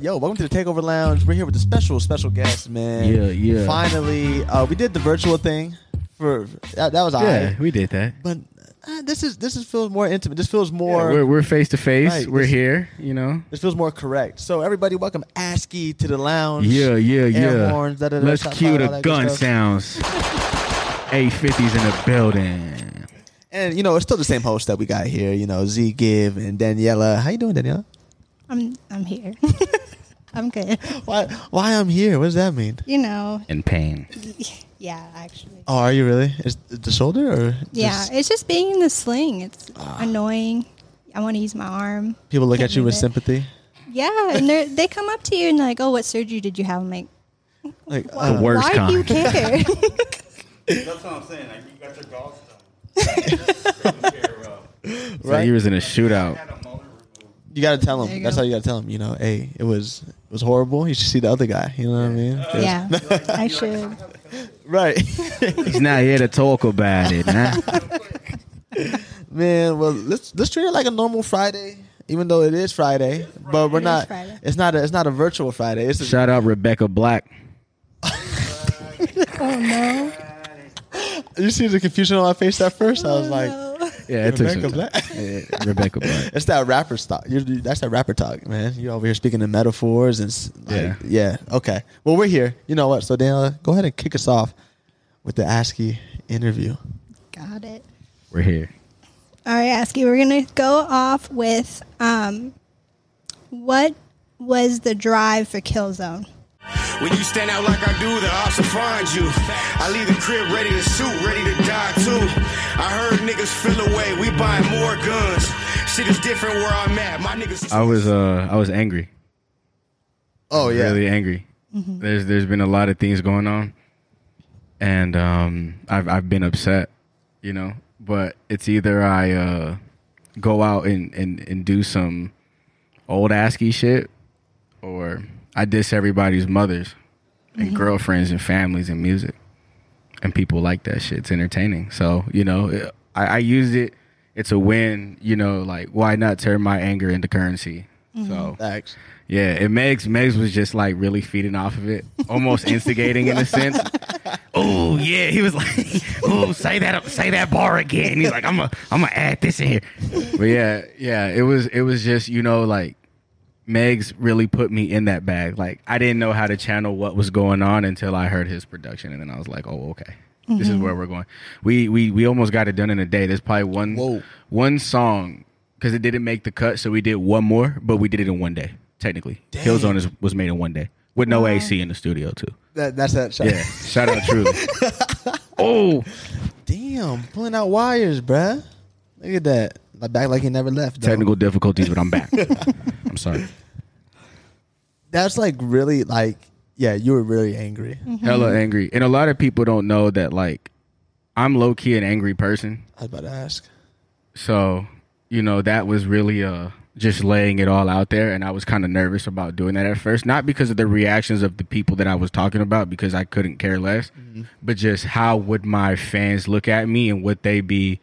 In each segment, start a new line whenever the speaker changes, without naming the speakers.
Yo, welcome to the Takeover Lounge. We're here with a special, special guest, man.
Yeah, yeah.
Finally, uh, we did the virtual thing. For that, that was all
Yeah,
right.
we did that.
but uh, this is this is feels more intimate. This feels
Yeah,
more.
we're we're face to face.
Right,
We're
this-
here. You know.
this feels more correct. So everybody, welcome ASCII to the lounge.
Yeah, yeah,
Air
yeah.
horns, da, da, da,
Let's
shot
cue
fire, all
the
that good
gun
stuff.
sounds. A fifties in the building.
And you know, it's still the same host that we got here. You know, Z Give and Daniela. How you doing, Daniela?
I'm I'm here. I'm good.
Why? Why I'm here? What does that mean?
You know,
In pain.
yeah, actually.
Oh, are you really? Is it the shoulder or?
yeah,
just
it's just being in the sling. It's
Ah.
annoying. I want to use my arm.
People look at you with
Yeah.
sympathy.
Yeah, and they they come up to you and like, "Oh, what surgery did you have?" I'm like,
Like
"Why,
uh,
worst
why do you
kind.
care?"
That's what I'm saying. Like, you got your golf done.
Right.
Right.
you was in a shootout.
you gotta tell
There
him.
you
That's
go.
how you gotta tell him. You know, hey, it was it was horrible. You should see the other guy. You know what I mean? 'Cause-
yeah, I should.
Right.
He's not here to talk about it, nah.
Man, well, let's let's treat it like a normal Friday, even though it is Friday. But we're
It is
not.
Friday.
It's not. A, it's not a virtual Friday. It's a,
Shout out Rebecca Black.
Oh no.
you see the confusion on my face at first. I was like,
Oh, No.
Yeah, it took
Rebecca
some time.
Black?
Yeah, Rebecca Black.
it's that rapper stock. You're, you- that's that rapper talk, man. You over here speaking in metaphors and s- like, yeah,
Yeah.
Okay. Well, we're here. You know what? So Daniela, go ahead and kick us off with the ASCII interview.
got it.
We're here.
All right, Asky, we're gonna go off with um, what was the drive for Killzone?
When you stand out like I do, the ops will find you. I leave the crib ready to shoot, ready to die too. I heard niggas feel away. We buying more guns. Shit is different where I'm at. My niggas.
I was uh I was angry.
Oh yeah.
really angry. There's there's been a lot of things going on, and um, I've I've been upset, you know. But it's either I uh, go out and, and and do some old ASCII shit, or I diss everybody's mothers and girlfriends and families and music, and people like that shit. It's entertaining. So you know, it- I, I used it. It's a win, you know. Like, why not turn my anger into currency? So
Facts.
yeah, and Megs Megs was just like really feeding off of it, almost instigating in a sense. Oh yeah, he was like, "Oh, say that, say that bar again." And he's like, "I'm a, I'm gonna add this in here." But yeah, yeah, it was, it was just you know like Megs really put me in that bag. Like I didn't know how to channel what was going on until I heard his production, and then I was like, "Oh, okay, this is where we're going." We we we almost got it done in a day. There's probably one
Whoa.
one song because it didn't make the cut, so we did one more, but we did it in one day. Technically, Killzone is, was made in one day with no AC in the studio too.
That, that's that. Shot.
Yeah, shout out Truly. oh,
Damn, pulling out wires, bruh. Look at that. Like back like he never left. though.
technical difficulties, but I'm back. I'm sorry.
That's like really like yeah. You were really angry.
Hella angry, and a lot of people don't know that like I'm low key an angry person.
I was about to ask.
So, you know, that was really uh just laying it all out there and I was kind of nervous about doing that at first, not because of the reactions of the people that I was talking about because I couldn't care less,
Mm-hmm.
but just how would my fans look at me and would they be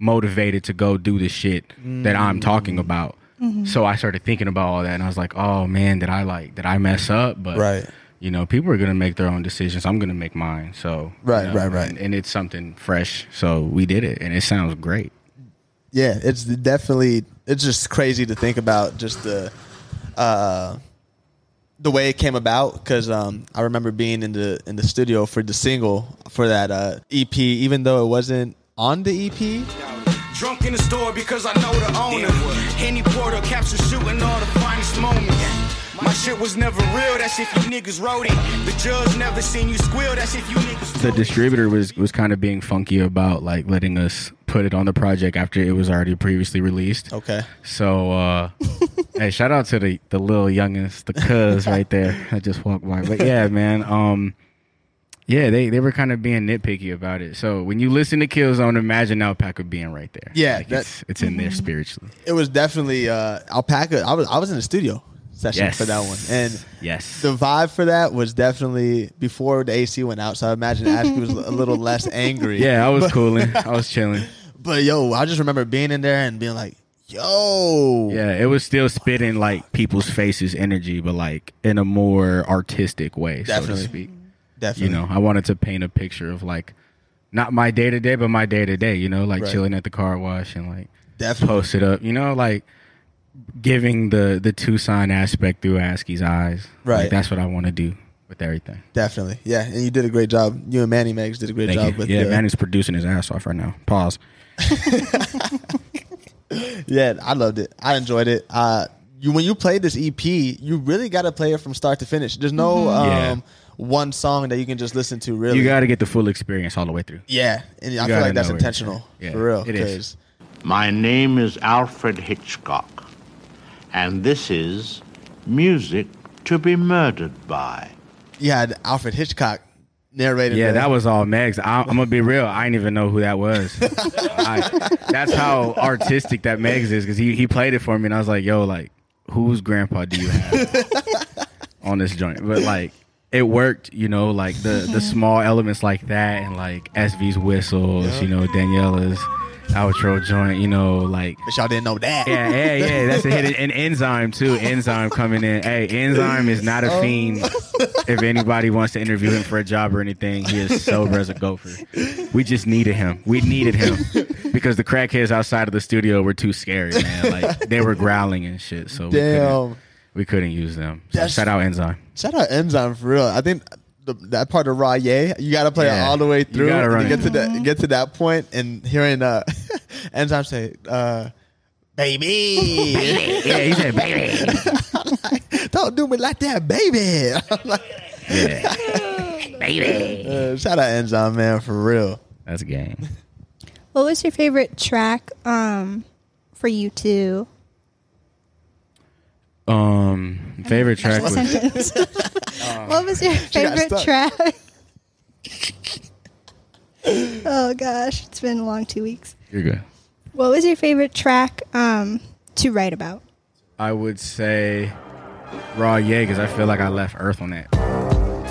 motivated to go do the shit that
Mm-hmm.
I'm talking about. So I started thinking about all that and I was like, "Oh man, did I like did I mess up?" But
Right.
you know, people are going to make their own decisions. I'm going to make mine. So you
Right,
know,
right, right.
And, and it's something fresh. So we did it and it sounds great.
Yeah, it's definitely it's just crazy to think about just the uh the way it came about cuz um I remember being in the in the studio for the single for that uh EP even though it wasn't on the E EP.
Drunk in the store because I know the owner. Henny Porter capture shooting all the finest moments. My shit was never real. That's if you niggas wrote it. The judge never seen you squeal. That's if you niggas.
the
wrote it.
distributor was was kind of being funky about like letting us put it on the project after it was already previously released.
Okay.
So uh hey, shout out to the the little youngins, the cuz right there. I just walked by. But yeah, man, um yeah, they, they were kind of being nitpicky about it. So when you listen to Killzone, imagine Alpaca being right there.
Yeah,
Like,
that- Mm-hmm.
it's it's in there spiritually.
It was definitely uh Alpaca. I was I was in the studio session
Yes,
for that one and
yes,
the vibe for that was definitely before the AC went out, so I imagine Ashley was a little less angry.
yeah, I was cooling, I was chilling.
But yo, I just remember being in there and being like, Yo.
Yeah, it was still spitting like people's faces energy, but like in a more artistic way, so
Definitely. Mm-hmm.
to speak.
Definitely.
You know, I wanted to paint a picture of like not my day to day, but my day to day. You know, like
Right.
chilling at the car wash and like
Definitely.
post it up. You know, like giving the the Tucson aspect through ASCII's eyes. Like,
Right.
that's what I want to do with everything.
Definitely. Yeah. And you did a great job. You and Manny Megs did a great
Thank
job
you.
with
yeah,
the-
man is producing his ass off right now. Pause.
Yeah, I loved it. I enjoyed it. Uh, you when you played this EP, you really got to play it from start to finish. There's no um,
Mm-hmm. Yeah.
one song that you can just listen to. Really,
You got to get the full experience all the way through.
yeah. And I feel
gotta
like that's
know where it's
intentional
at. Yeah,
for real.
it is.
'cause-
My name is Alfred Hitchcock, and this is Music to be Murdered by.
You had Alfred Hitchcock narrated.
Yeah,
the-
that was all Megs. I, I'm gonna be real. I didn't even know who that was. I, that's how artistic that Megs is because he he played it for me, and I was like, "Yo, like, whose grandpa do you have on this joint?" But like, it worked. You know, like the the small elements like that, and like SV's whistles. You know, Daniela's outro joint. You know, like
But y'all didn't know that.
yeah, yeah, yeah. That's a hit. And Enzyme too. Enzyme coming in. Hey, Enzyme is not
Oh.
a fiend. If anybody wants to interview him for a job or anything, he is sober as a gopher. We just needed him. We needed him because the crackheads outside of the studio were too scary, man. Like they were growling and shit. So we
Damn.
couldn't, we couldn't use them. So
That's-
shout out Enzyme.
Shout out Enzyme for real. I think the, that part of Raw Yay, you got to play it
Yeah.
all the way
You
through
gotta run
to get
it.
to that get to that point and hearing uh, Enzyme say, uh, "Baby,
Yeah, he said, baby.
don't do me like that, baby." I'm like,
Yeah,
uh, shout out Enzyme man for real.
that's game.
What was your favorite track um, for you two?
Um, favorite track was
Sentence. what was your
Um, got
favorite
stuck.
track? oh gosh, it's been a long two weeks.
you're good.
What was your favorite track um, to write about?
I would say raw yeah because I feel like I left Earth on that.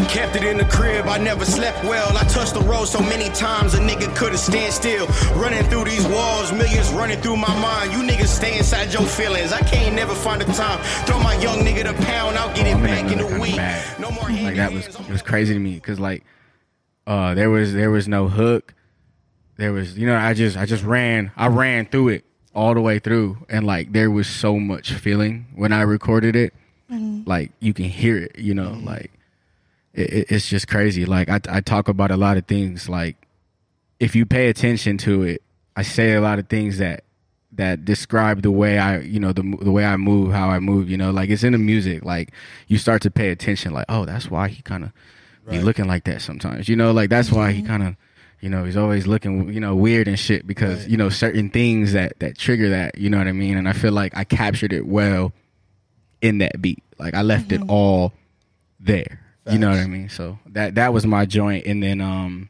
Kept it in the crib, I never slept well. I touched the road so many times a nigga couldn't stand still. Running through these walls, millions running through my mind. You niggas stay inside your feelings. I can't never find a time. Throw my young nigga the pound, I'll get it
I'm
back in
another
a
kind of
week.
bag.
No more
like
hand
that
in
was
hands.
it was crazy to me because like uh there was there was no hook there was you know i just i just ran i ran through it all the way through and like there was so much feeling when i recorded it like you can hear it you know like it, it- it's just crazy like I, I talk about a lot of things like if you pay attention to it i say a lot of things that that describe the way i you know the, mo- the way i move how i move you know like it's in the music like you start to pay attention like oh that's why he kind of be looking like that sometimes you know like that's why he kind of you know he's always looking you know weird and shit because you know certain things that that trigger that you know what i mean and i feel like i captured it well in that beat. Like I left it all there. You know what I mean? So that that was my joint and then um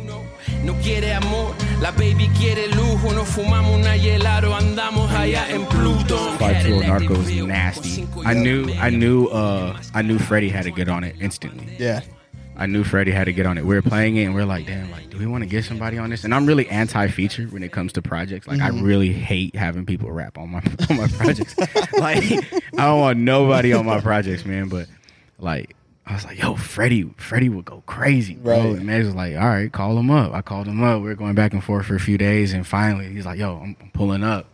No quiere amor, la baby quiere lujo. Nos fumamos una hielado, andamos allá en Plutón.
Cartel Narco was nasty. I knew I knew uh I knew Freddie had to get on it instantly.
Yeah,
I knew Freddie had to get on it. We were playing it and we are like, damn, like do we want to get somebody on this? And I'm really anti feature when it comes to projects. Like
Mm-hmm.
I really hate having people rap on my on my projects. like I don't want nobody on my projects, man, but like I was like, yo, Freddie, Freddie would go crazy, bro.
Right.
And Megs was like, all right, call him up. I called him up. We were going back and forth for a few days. And finally, he's like, yo, I'm, I'm pulling up.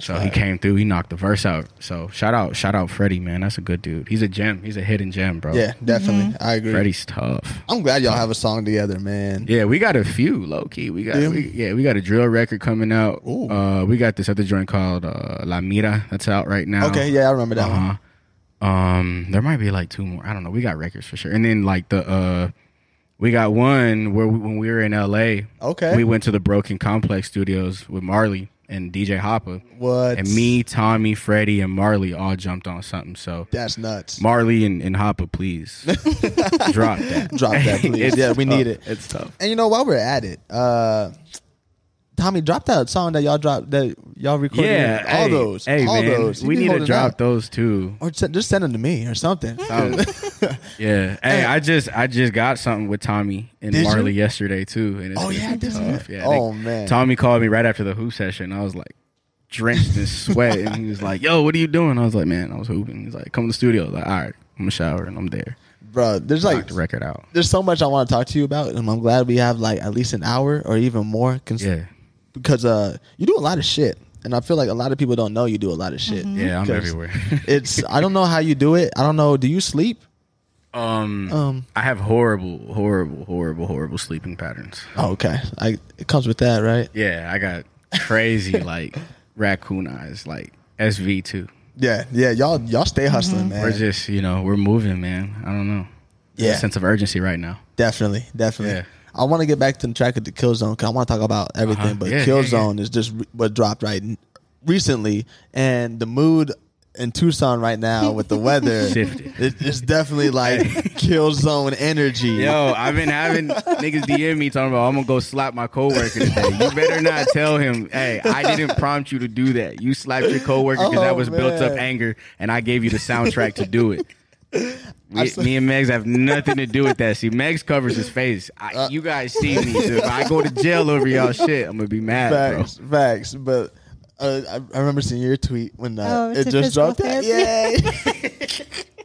so he
right.
came through. He knocked the verse out. So shout out, shout out Freddie, man. That's a good dude. He's a gem. He's a hidden gem, bro.
yeah, definitely.
Mm-hmm.
I agree.
Freddie's tough.
I'm glad y'all have a song together, man.
Yeah, we got a few low key. We got
Yeah.
we, yeah, we got a drill record coming out.
Ooh.
Uh, we got this other joint called uh, La Mira that's out right now.
Okay, yeah, I remember that one.
Uh-huh. Um, there might be like two more. I don't know. We got records for sure. And then like the uh, we got one where we, when we were in L.A.
Okay.
we went to the Broken Complex Studios with Marley and DJ Hopper.
What?
And me, Tommy, Freddie, and Marley all jumped on something. So
That's nuts.
Marley and, and Hopper, please drop that.
Drop that, please.
It's
yeah, we need
tough.
it.
It's tough.
And you know, while we're at it, uh, Tommy, drop that song that y'all dropped that y'all recorded.
Yeah,
all
hey,
those,
Hey
all
man,
those. You
we
be
need to
holding
drop Hmm.
out.
those too.
or se- just send them to me or something.
yeah. Hey, I just I just got something with Tommy and
Did you?
Marley yesterday too. And it's
Oh,
been
yeah, did you?
tough. Yeah,
Oh, man.
Tommy called me right after the hoop session. I was like, drenched in sweat, and he was like, "Yo, what are you doing?" I was like, "Man, I was hooping." He's like, "Come to the studio." I was like, all right, I'm gonna shower, and I'm there.
bro. There's
Knock
like
the record out.
there's so much I want to talk to you about, and I'm glad we have like at least an hour or even more. Cons-
Yeah,
because uh, you do a lot of shit, and I feel like a lot of people don't know you do a lot of shit.
yeah, I'm
'Cause
everywhere.
it's I don't know how you do it. I don't know. Do you sleep?
um,
Um.
I have horrible, horrible, horrible, horrible sleeping patterns.
Oh, okay. I it comes with that, right?
Yeah, I got crazy like raccoon eyes, like SV two.
Yeah, yeah. Y'all y'all stay hustling, man.
Mm-hmm. We're just, you know, we're moving, man. I don't know. There's
Yeah.
a sense of urgency right now.
Definitely, definitely.
Yeah.
I want to get back to the track of the Kill Zone because I want to talk about everything,
Uh-huh.
but
Yeah,
Kill
yeah, yeah.
Zone is just re- what dropped right n- recently, and the mood in Tucson right now with the weather,
Shifted.
it, it's definitely like Kill Zone energy.
Yo, I've been having niggas DM me talking about I'm gonna go slap my coworker today. You better not tell him, hey, I didn't prompt you to do that. You slapped your coworker because
Oh,
that was built up
man.
anger, and I gave you the soundtrack to do it. Me,
saw-
me and Megs have nothing to do with that. See, Megs covers his face. I,
Uh,
you guys see me. So if I go to jail over y'all shit, I'm gonna be mad, bro.
facts, facts. But uh, I, I remember seeing your tweet when
Oh,
uh,
it's
it
a
just
physical
dropped. That.
therapy.
Yay!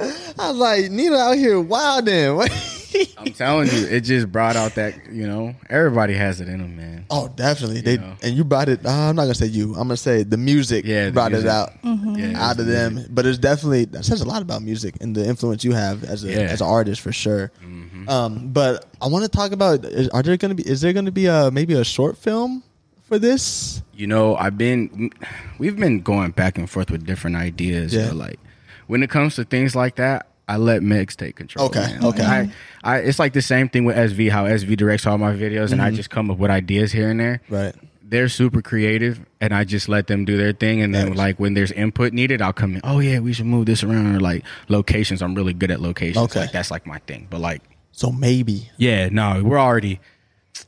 I was like, Nina out here wilding.
I'm telling you, it just brought out that you know everybody has it in them, man.
Oh, definitely. They
know.
and you brought it. Uh, I'm not gonna say you. I'm gonna say the music
Yeah, the
brought it
music.
out
Yeah,
out of them. But it's definitely that says a lot about music and the influence you have as a
Yeah. Mm-hmm.
as an artist for sure. Um, but I want to talk about is, are there gonna be is there gonna be a maybe a short film for this?
you know, I've been, we've been going back and forth with different ideas.
Yeah.
But like, when it comes to things like that, I let Megs take control.
Okay,
man. Like,
okay.
I, I, it's like the same thing with SV. How SV directs all my videos, and I just come up with ideas here and there.
Mm-hmm. Right.
They're super creative, and I just let them do their thing. And then,
Nice.
like when there's input needed, I'll come in. Oh yeah, we should move this around. Or like locations, I'm really good at locations.
Okay.
Like that's like my thing. But like,
So maybe.
yeah, no, we're already,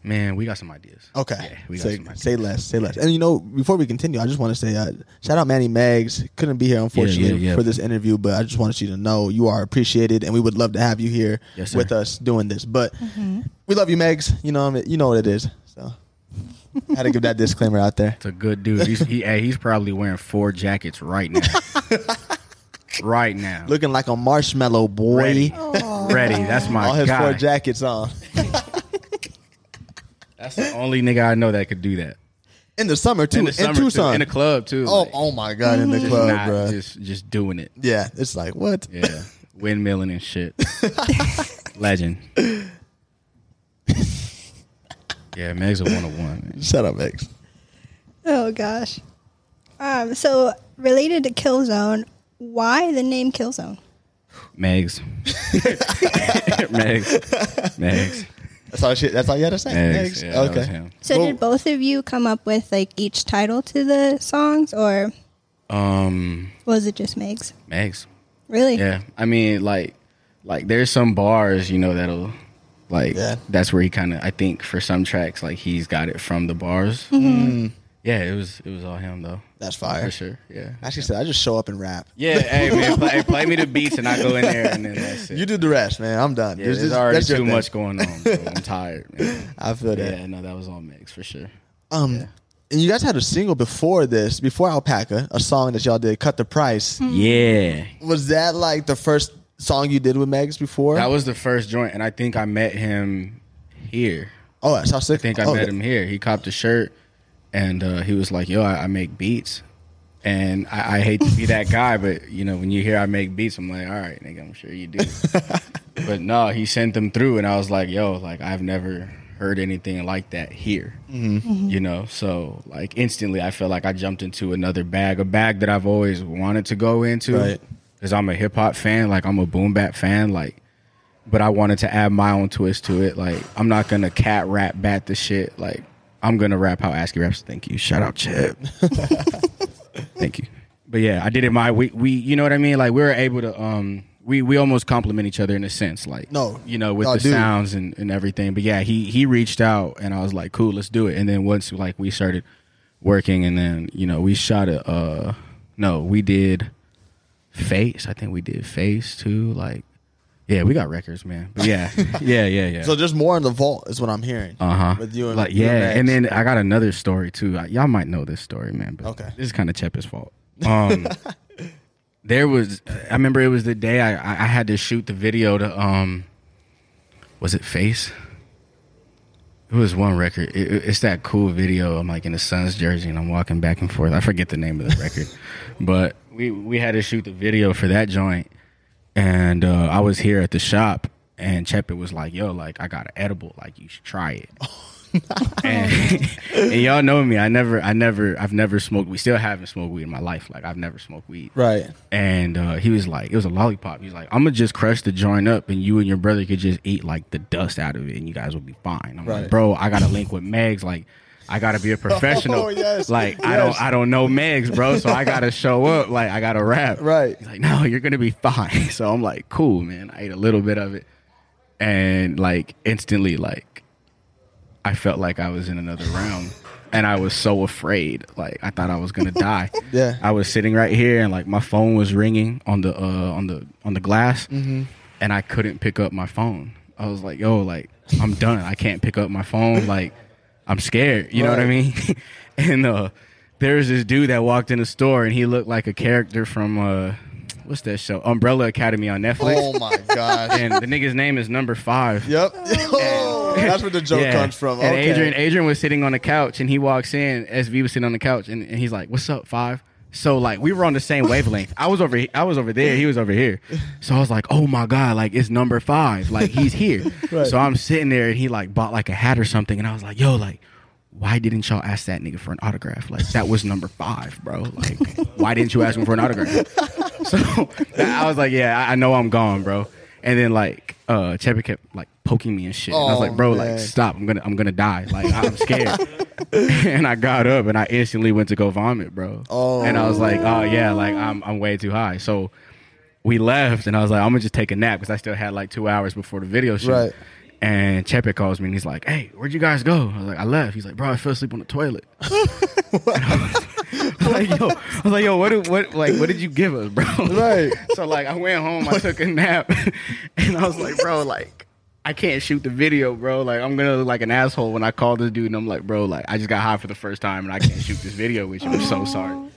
man, we got some ideas.
Okay.
Yeah, we got
say,
some ideas.
say less. Say less. And you know, before we continue, I just want to say uh, shout out Manny Meggs. Couldn't be here unfortunately
yeah.
for this interview, but I just wanted you to know you are appreciated, and we would love to have you here
Yes, sir.
with us doing this. But we love you, Meggs. You know, what I mean? you know what it is. So had to give that disclaimer out there.
It's a good dude. He's, he, hey, he's probably wearing four jackets right now. right now.
Looking like a marshmallow boy.
ready. Ready. That's Oh my
All his
guy.
four jackets on
That's the only nigga I know that could do that.
in the summer too. In,
the summer, too.
Tucson.
In a club too.
Oh,
Like,
oh my God! In the
just
club,
not-
bro.
Just just doing it.
yeah, it's like what?
Yeah. Windmilling and shit. Legend. Yeah, Meg's a one on one.
Shut up, Meggs.
Oh gosh. Um, so related to Killzone, why the name Killzone?
Meg's. Meg's. Meg's.
That's all. She, that's all you had to say. Meggs.
Meg's. Yeah, that
okay.
was him.
So
Well-
did both of you come up with like each title to the songs, or
Um,
was it just Megs?
Meg's.
Really?
Yeah, I mean, like, like there's some bars, you know, that'll, like,
Yeah.
that's where he kind of, I think, for some tracks, like he's got it from the bars. Mm. Yeah, it was, it was all him though,
Mm-hmm. That's fire.
for sure. Yeah.
Actually, said I just show up and rap.
Yeah, hey man, play, hey, play me the beats and I go in there and then that's it.
You do the rest, man. I'm done.
yeah,
This-
there's
this-
already
that's your
too
thing.
much going on. Bro. I'm tired. Man.
I feel that.
Yeah, no, that was all mixed for sure.
Um, and you guys had a single before this, before Alpaca, a song that y'all did, "Cut the Price."
Hmm. Yeah.
Was that like the first song you did with Megs before?
That was the first joint, and I think I met him here.
oh, that's how sick.
I think I met him here. He copped a shirt, and uh, he was like, "Yo, I, I make beats," and I, I hate to be that guy, but you know, when you hear I make beats, I'm like, "All right, nigga, I'm sure you do." but no, he sent them through, and I was like, "Yo, like I've never heard anything like that here," you know. So like instantly, I felt like I jumped into another bag, a bag that I've always wanted to go into,
Right.
because I'm a hip hop fan, like I'm a boom bap fan, like but I wanted to add my own twist to it. Like, I'm not gonna cat rap bat the shit. Like, I'm gonna rap how ASCII raps. Thank you. Shout out Chip. Thank you. But yeah, I did it my we we you know what I mean. Like, we were able to um we we almost complement each other in a sense. Like,
No.
you know, with
No,
the
dude.
sounds and and everything. But yeah, he he reached out and I was like, cool, let's do it. And then once like we started working, and then you know we shot a uh no we did face. I think we did face too. Like Yeah, we got records, man. But yeah, yeah, yeah, yeah.
So there's more in the vault, is what I'm hearing.
uh huh.
With you and
like,
you
yeah,
Max.
and then I got another story too. I, y'all might know this story, man. But
Okay.
this is kind of Chepa's fault. Um, there was, I remember it was the day I, I I had to shoot the video to um, was it Face? It was one record. It- it- it's that cool video. I'm like in the Suns jersey and I'm walking back and forth. I forget the name of the record, but we we had to shoot the video for that joint. And uh, I was here at the shop, and Chepe was like, "Yo, like I got an edible. Like you should try it." and, and y'all know me. I never, I never, I've never smoked. We still haven't smoked weed in my life. Like I've never smoked weed.
Right.
And uh, he was like, it was a lollipop. He's like, I'm gonna just crush the joint up, and you and your brother could just eat like the dust out of it, and you guys will be fine. I'm
Right.
like, bro, I got to link with Megs. Like, I got to be a professional.
Oh, yes.
Like, I
Yes.
don't, I don't know Megs, bro. So I got to show up. Like, I got to rap.
Right.
He's like, no, you're gonna be fine. So I'm like, cool, man. I ate a little bit of it, and like instantly, like I felt like I was in another realm. And I was so afraid. Like I thought I was gonna die.
Yeah.
I was sitting right here, and like my phone was ringing on the uh, on the on the glass,
Mm-hmm.
and I couldn't pick up my phone. I was like, "Yo, like I'm done. I can't pick up my phone. Like I'm scared. You know what I
Right.
mean?" and uh, there was this dude that walked in the store, and he looked like a character from uh, what's that show? Umbrella Academy on Netflix.
Oh my gosh.
And the nigga's name is Number Five.
yep. Oh, that's where the joke
Yeah.
comes from.
And
okay.
Adrian, Adrian was sitting on the couch, and he walks in. SV was sitting on the couch, and, and he's like, "What's up, five? So like we were on the same wavelength. I was over, he- I was over there. He was over here. So I was like, "Oh my god! Like it's number five. Like he's here."
Right.
So I'm sitting there, and he like bought like a hat or something, and I was like, "Yo, like." Why didn't y'all ask that nigga for an autograph? Like that was number five, bro. Like, why didn't you ask him for an autograph? So I was like, yeah, I I know I'm gone, bro. And then like uh Cheppy kept like poking me and shit. and I was
Oh,
like, bro,
man.
like stop. I'm gonna I'm gonna die. Like I'm scared. and I got up and I instantly went to go vomit, bro.
Oh.
And I was like, oh yeah, like I'm I'm way too high. So we left and I was like, I'm gonna just take a nap because I still had like two hours before the video shoot.
Right.
And Chepe calls me and he's like, Hey, where'd you guys go? I was like, I left. He's like, Bro, I fell asleep on the toilet. like yo, I was like yo, what did, what like what did you give us, bro?
Right.
So like I went home, I took a nap, and I was like, bro, like I can't shoot the video, bro. Like I'm gonna look like an asshole when I call this dude, and I'm like, bro, like I just got high for the first time, and I can't shoot this video with you. I'm so sorry.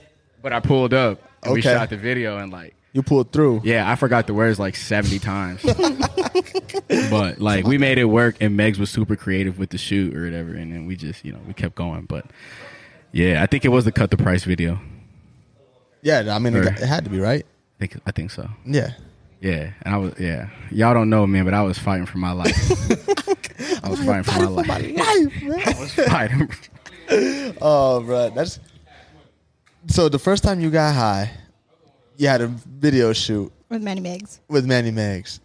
But I pulled up, and we
Okay.
shot the video, and like.
You pulled through.
Yeah, I forgot the words like 70 times. but like we made it work and Megs was super creative with the shoot or whatever and then we just, you know, we kept going, but yeah, I think it was the cut the price video. I
Yeah, I mean, it,
Sure.
got- it had to be, right?
think I think so.
Yeah.
Yeah, and I was yeah. Y'all don't know man, but I was fighting for my life. I was fighting for my life. I was fighting.
Oh, bro. That's. So the first time you got high, you had a video shoot
with many megs.
with Manny Megs.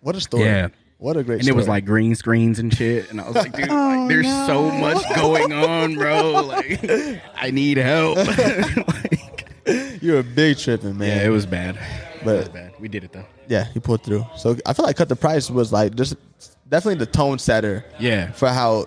What a story.
Yeah.
What a great
And it was
story.
like green screens and shit. And I was like, dude, like, there's so much going on, bro. Like, I need help. like,
you were big tripping, man.
Yeah, it was bad.
But-
it was bad. We did it though.
Yeah, he pulled through. So I feel like Cut the Price was like just definitely the tone setter
Yeah.
for how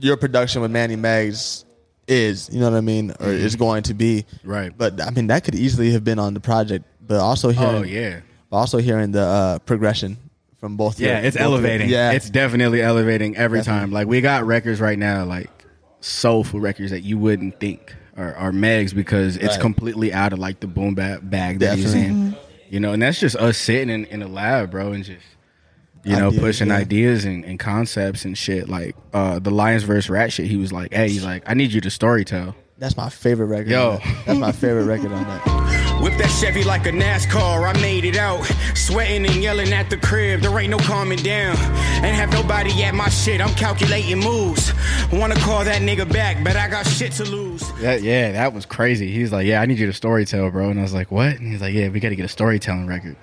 your production with Manny Megs is, you know what I mean, or is going to be.
Mm-hmm. Right.
But I mean that could easily have been on the project, but also hearing
Oh yeah.
also hearing the uh, progression from both
Yeah,
your-
it's
both your-
elevating.
Yeah.
It's definitely elevating every
Definitely.
time. Like we got records right now, like soulful records that you wouldn't think are, are Megs because it's
Right.
completely out of like the boom bap bag that he's
Definitely. Mm-hmm.
in. You know, and that's just us sitting in, in the lab, bro, and just you know,
Ideas,
pushing
yeah.
ideas and, and concepts and shit. Like uh the Lions vs. Rat shit, he was like, Hey, he's like, I need you to story tell.
that's my favorite record.
Yo.
on that. That's my favorite record on that.
Whip that Chevy like a NASCAR, I made it out. Sweating and yelling at the crib, there ain't no calming down. Ain't have nobody at my shit, I'm calculating moves. Wanna call that nigga back, but I got shit to lose.
That, yeah, that was crazy. He's like, yeah, I need you to story tell, bro. And I was like, what? And he's like, yeah, we got to get a storytelling record.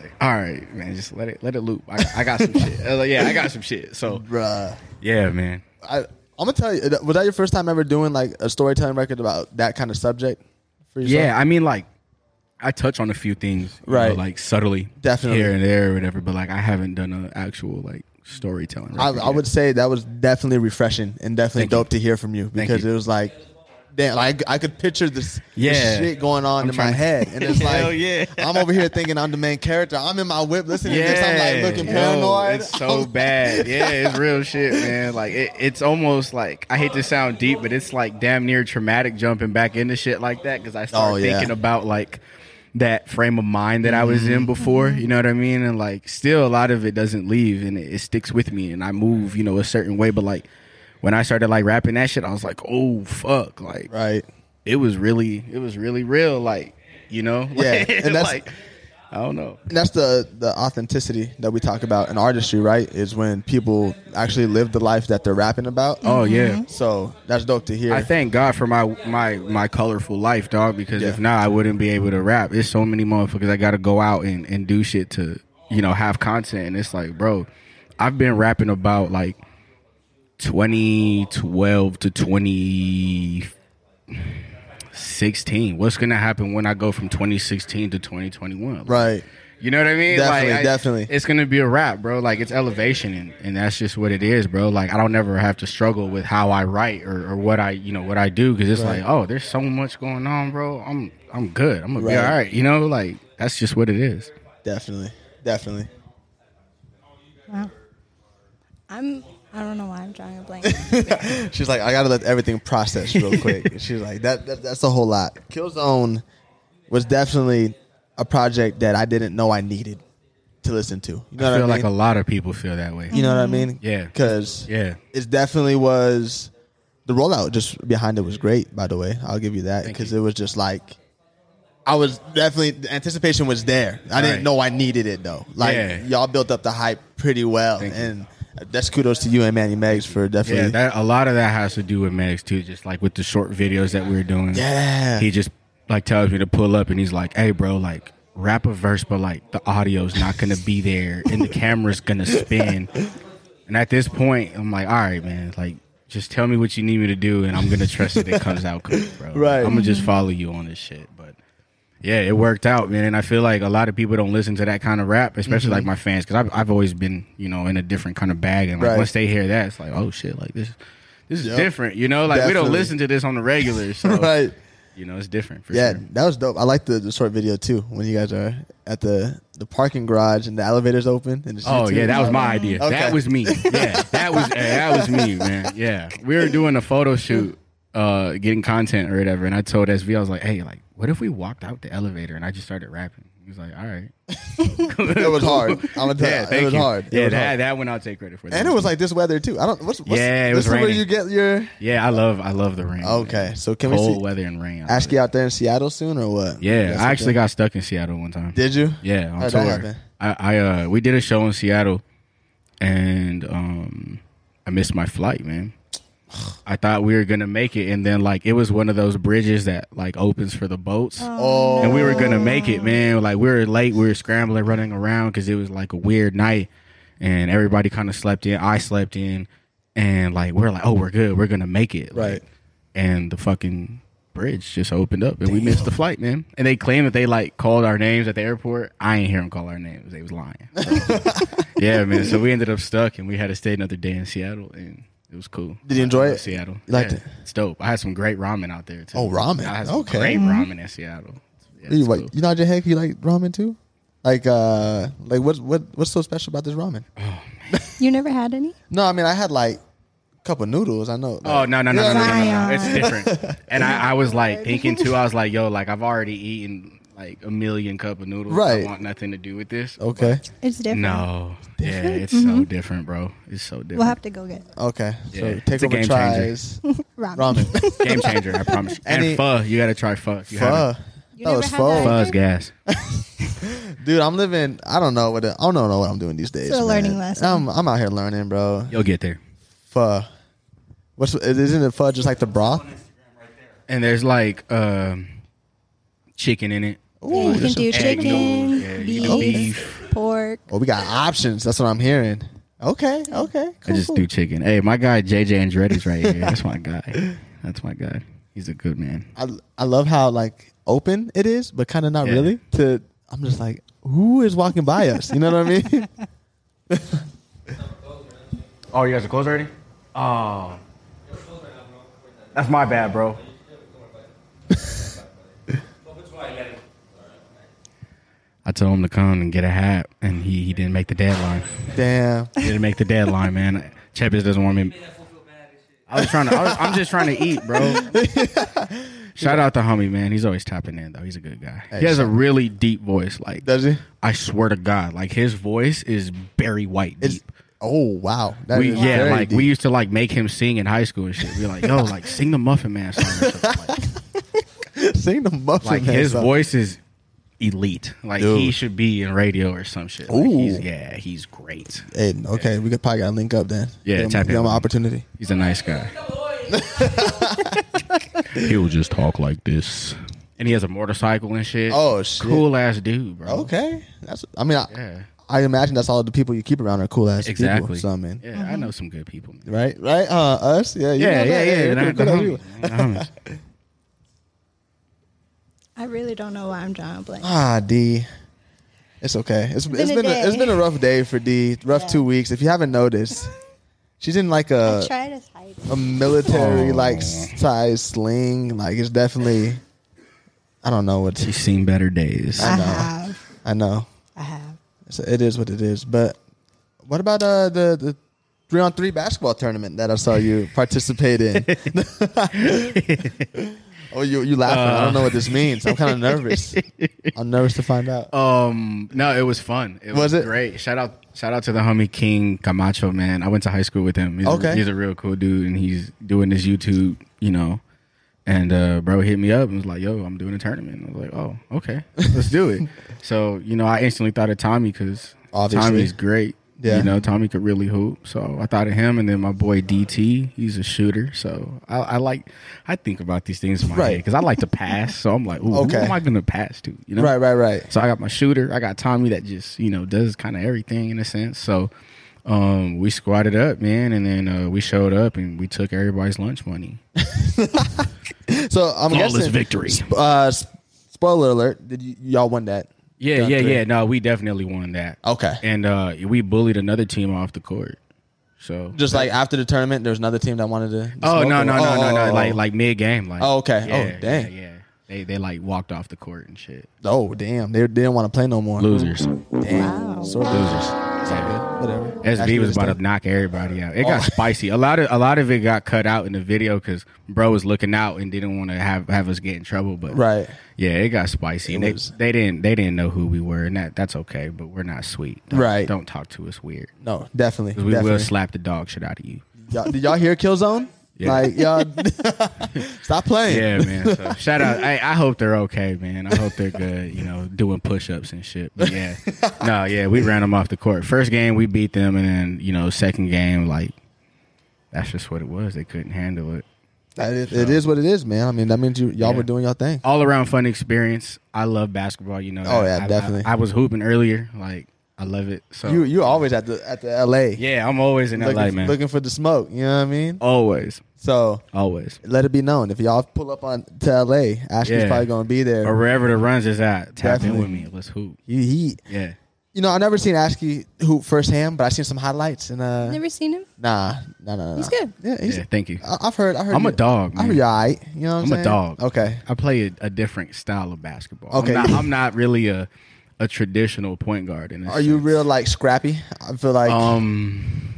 Like, All right, man, just let it let it loop. I, I got some shit. I was like, yeah, I got some shit. So
Bruh.
yeah, man.
I I'm gonna tell you was that your first time ever doing like a storytelling record about that kind of subject for yourself?
Yeah, I mean, like, I touch on a few things, you know,
Right.
like subtly,
Definitely.
here and there or whatever. But like, I haven't done an actual like storytelling.
I,
record
I
yet.
would say that was definitely refreshing and definitely
Thank you.
dope to hear from you because
you.
it was like damn, like I could picture this, this
Yeah.
shit going on
I'm
in my
trying-
head, and it's
Hell
like
yeah.
I'm over here thinking I'm the main character. I'm in my whip listening to this. I'm like looking
Yo,
paranoid.
it's so bad. Yeah, it's real shit, man. Like it, it's almost like I hate to sound deep, but it's like damn near traumatic jumping back into shit like that because I start
Oh, yeah.
thinking about like that frame of mind that I was
Mm-hmm.
in before. You know what I mean? And like still a lot of it doesn't leave and it, it sticks with me and I move, you know, a certain way. But like when I started like rapping that shit, I was like, oh fuck, like
right?
it was really, it was really real. Like you know,
Yeah, and that's-
like I don't know.
And that's the the authenticity that we talk about in artistry, right? Is when people actually live the life that they're rapping about.
Oh
Mm-hmm.
yeah.
so that's dope to hear.
I thank God for my my my colorful life, dog. Because if
Yeah.
not, I wouldn't be able to rap. It's so many motherfuckers I got to go out and and do shit to you know have content, and it's like, bro, I've been rapping about like 2012 to 2016. What's gonna happen when I go from 2016 to 2021?
right?
You know what I mean?
Definitely,
like, I-
definitely.
It's gonna be a wrap, bro. Like it's elevation, and, and that's just what it is, bro. Like I don't ever have to struggle with how I write or, or what I you know what I do because it's
Right.
like oh, there's so much going on, bro. I'm I'm good. I'm gonna be
Right.
all right. You know, like that's just what it is.
Definitely, definitely.
Wow. I'm. I don't know why I'm drawing a blank.
She's like, I gotta let everything process real quick. She's like, that, that that's a whole lot. Killzone was definitely a project that I didn't know I needed to listen to. You know
I feel
what I
like
mean?
a lot of people feel that way.
you know what I mean?
Yeah.
Because
Yeah.
it definitely was. The rollout just behind it was great. By the way, I'll give you that because it was just like. I was definitely the anticipation was there. I didn't
Right.
know I needed it though. Like
Yeah.
y'all built up the hype pretty well,
Thank you.
and that's kudos to you and Manny Megs for definitely
Yeah, that, a lot of that has to do with Maddox too. Just like with the short videos that we were doing.
Yeah.
he just like tells me to pull up, and he's like, "Hey, bro, like rap a verse, but like the audio's not gonna be there, and the camera's gonna spin." and at this point, I'm like, "All right, man, like." Just tell me what you need me to do, and I'm gonna trust that it comes out good, bro.
Right.
I'm gonna just follow you on this shit. But yeah, it worked out, man. And I feel like a lot of people don't listen to that kind of rap, especially like
Mm-hmm.
my fans, because I've, I've always been, you know, in a different kind of bag. And like
Right.
once they hear that, it's like, oh shit, like this, this is
Yep.
different, you know. Like we don't
Definitely.
listen to this on the regular, so
right.
you know it's different. For
Yeah,
sure.
that was dope. I like the, the short video too when you guys are at the, the parking garage and the elevator's open. And it's you
Oh
two.
yeah, that was my idea.
Okay.
That was me. Yeah, that was eh, that was me, man. Yeah, we were doing a photo shoot, uh, getting content or whatever, and I told SV, I was like, hey, like, what if we walked out the elevator and I just started rapping? He was like, all right.
It was hard. I'm gonna tell
Yeah,
you, it
thank
was
you.
hard. It
Yeah,
was
that,
hard.
that one I'll take credit for. That
and it
was
was like this weather too. I don't. What's, what's
Yeah, it
this
was
is where
raining.
you get your
Yeah, I love I love the rain.
okay. So can
cold
we see,
weather and rain. I
ask
love
you
it.
out there in Seattle soon or what?
Yeah,
That's
I actually
okay.
got stuck in Seattle one time.
Did you?
yeah, on
How'd that
tour.
happen?
I, I uh we did a show in Seattle, and um I missed my flight, man. I thought we were gonna make it, and then like it was one of those bridges that like opens for the boats.
Oh,
And we were gonna make it, man. Like we were late, we were scrambling, running around because it was like a weird night, and everybody kind of slept in. I slept in, and like we are like, oh, we're good, we're gonna make it, Like,
Right.
and the fucking bridge just opened up, and we missed the flight, man. And they claim that they like called our names at the airport. I ain't hear them call our names. They was lying. So, yeah, man. So we ended up stuck, and we had to stay another day in Seattle, and. It was cool.
Did you enjoy
I love
it?
Seattle.
You liked
Yeah,
it?
It's dope. I had some great ramen out there too.
Oh, ramen.
I had some
Okay. Mm-hmm.
Great ramen in Seattle. Yeah,
you,
it's
what,
cool.
you know your heck you like ramen too? Like uh, like what what what's so special about this ramen?
you never had any?
No, I mean I had like a couple noodles. I know.
Oh
like-
no no no no, no, no, no, no. It's
Zion.
different. And I, I was like thinking too. I was like, yo, like I've already eaten like a million cup of noodles.
Right.
I want nothing to do with this.
Okay.
It's different. Mm-hmm.
No. Yeah, it's so different, bro. It's so different.
We'll have to go get
Okay.
Yeah.
So
It's
take
a
over
game changer.
tries
ramen.
ramen.
Game changer, I promise. you. And
Any-
pho, you gotta try pho. if You
Fuck.
haven't.
You
That
never
was
had
fuck.
that?
Pho is gas.
Dude, I'm living. I don't know what I don't know what I'm doing these days.
Still a
man.
learning lesson.
I'm I'm out here learning, bro.
You'll get there.
Pho. What's isn't it pho just like the broth?
And there's like um, chicken in it.
Yeah, you can do
egg
chicken,
noodles. Yeah, you
beef,
can do
pork.
Oh, we got options. That's what I'm hearing. Okay, okay.
I
cool,
just
cool.
do chicken. Hey, my guy JJ Andretti's right here. That's my guy. That's my guy. He's a good man.
I I love how like open it is, but kind of not
Yeah.
really. To I'm just like, who is walking by us? You know what I mean?
Oh, you guys are closed already? Oh. That's my bad, bro. I told him to come and get a hat, and he, he didn't make the deadline.
Damn.
He didn't make the deadline, man. Chepis doesn't want me. I was trying to. I was, I'm just trying to eat, bro. Shout out to homie, man. He's always tapping in though. He's a good guy. He has a really deep voice. Like
Does he?
I swear to God, like his voice is Barry White
It's
deep.
oh wow. That
We,
is
yeah,
very
like we
deep.
used to like make him sing in high school and shit. We were like, yo, like sing the Muffin Man song. Or something. Like,
sing the muffin.
like
Man
his
song.
voice is elite. Like he
Dude.
should be in radio or some shit. Like, he's,
Ooh.
yeah, he's great.
Hey, okay, we could probably got to link up then.
Yeah,
Give him,
tap
give
in
him
with
an
him.
opportunity.
He's a nice guy. He'll just talk like this. And he has a motorcycle and shit.
Oh, shit.
Cool ass dude, bro.
Okay, that's. I mean, I,
Yeah.
I imagine that's all the people you keep around are cool ass
Exactly.
people. So, man.
Yeah, I know some good people. Man.
Right, right, uh, us, yeah, you know
Yeah, yeah,
that.
yeah.
you're cool,
they're- they're
cool people.
homies. They're homies.
I really don't know why I'm drawing a blank.
Ah, D. It's okay. It's,
been
it's
a
been a,
day.
it's been a rough day for D. Rough two weeks. If you haven't noticed, she's in like a
Try to hide it.
a military like size sling. Like it's definitely. I don't know what
She's seen better days.
I
know.
have.
I know.
I have.
So it is what it is. But what about uh, the the three on three basketball tournament that I saw you participate in? oh, you you laughing? I don't know what this means. I'm kind of nervous. I'm nervous to find out.
Um, no, it was fun. It was,
Was it?
great. Shout out, shout out to the homie King Camacho, man. I went to high school with him. He's a,
Okay.
he's a real cool dude, and he's doing this YouTube, you know. And uh, bro hit me up and was like, "Yo, I'm doing a tournament." I was like, "Oh, okay, let's do it." so you know, I instantly thought of Tommy because
Obviously.
Tommy's great.
Yeah.
you know, Tommy could really hoop. So I thought of him, and then my boy DT, he's a shooter. So I, I like, I think about these things in my
Right.
because I like to pass. So I'm like, Ooh,
Okay.
who am I gonna pass to? You know,
Right, right, right.
so I got my shooter. I got Tommy that just you know does kind of everything in a sense. So um, we squatted up, man, and then uh, we showed up and we took everybody's lunch money.
So I'm
Flawless
guessing
victory.
sp- Uh, s- spoiler alert! Did y- y'all win that?
Yeah,
Got
yeah,
three.
yeah. No, we definitely won that.
Okay.
and uh, we bullied another team off the court. So
Just like after the tournament, there was another team that wanted to.
oh no no no
Oh,
no
oh,
no
oh.
like like mid game like
Oh, okay. Oh,
Yeah,
dang.
yeah, yeah. They, they like walked off the court and shit.
oh damn, they, they didn't want to play no more.
Losers.
Damn. So
Losers.
It's all good. Oh. Whatever.
SB
Actually,
was
it's
about
done.
to knock everybody out. It got spicy. A lot of a lot of it got cut out in the video because bro was looking out and didn't want to have, have us get in trouble. But
Right.
yeah, it got spicy. and they,
was-
they didn't they didn't know who we were, and that that's okay. But we're not sweet. Don't,
Right.
Don't talk to us weird.
No, definitely.
'Cause We will
definitely.
slap the dog shit out of you.
Y'all, did y'all hear Killzone?
Yeah.
Like y'all, stop playing.
Yeah, man. So shout out. I, I hope they're okay, man. I hope they're good. You know, doing push ups and shit. But yeah, no, yeah, we ran them off the court. First game we beat them, and then you know, second game like that's just what it was. They couldn't handle it.
That is- It is what it is, man. I mean, that means you, y'all
Yeah.
were doing y'all thing.
All around fun experience. I love basketball. You know.
Oh,
that.
yeah,
I-
definitely.
I, I was hooping earlier. Like I love it. So
You you always at the at the L.A.
yeah, I'm always in
looking,
LA, man.
looking for the smoke. You know what I mean?
always,
So
always.
let it be known if y'all pull up on to L.A., Ashley's
Yeah.
probably gonna be
Or
there.
wherever the runs is at, tap in
Definitely.
with me. Let's hoop.
He, he
Yeah.
you know, I never seen Ashley hoop firsthand, but I seen some highlights and uh,
Never seen him.
nah, nah, nah, nah.
He's good.
Yeah, he's.
Yeah. Thank you.
I- I've heard. I heard.
I'm a
you-
dog,
I
man.
heard you're all right. You know, what
I'm a
saying?
dog.
Okay.
I play a, a different style of basketball.
Okay.
I'm not, I'm not really a a traditional point guard. In a
Are you
sense.
real like scrappy? I feel like.
Um,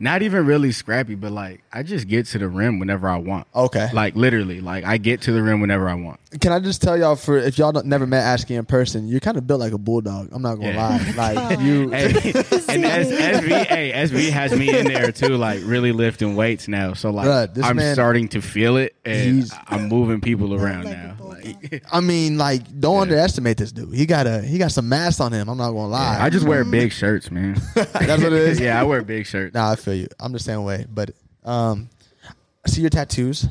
not even really scrappy, but like I just get to the rim whenever I want.
Okay.
Like literally, like I get to the rim whenever I want.
Can I just tell y'all for if y'all don't, never met Ashley in person, you're kind of built like a bulldog. I'm not gonna
Yeah.
lie, like you.
Hey, and S, SV, hey, SV has me in there too, like really lifting weights now. So like
Bruh, this
I'm
man-
starting to feel it, and
He's-
I'm moving people around
Like a
now.
bulldog.
Like,
I mean, like don't underestimate this dude. He got a he got some mass on him. I'm not gonna lie.
I just wear big shirts, man.
that's what it is.
yeah, I wear big shirts.
Nah, I feel you. I'm the same way. But um, I see your tattoos.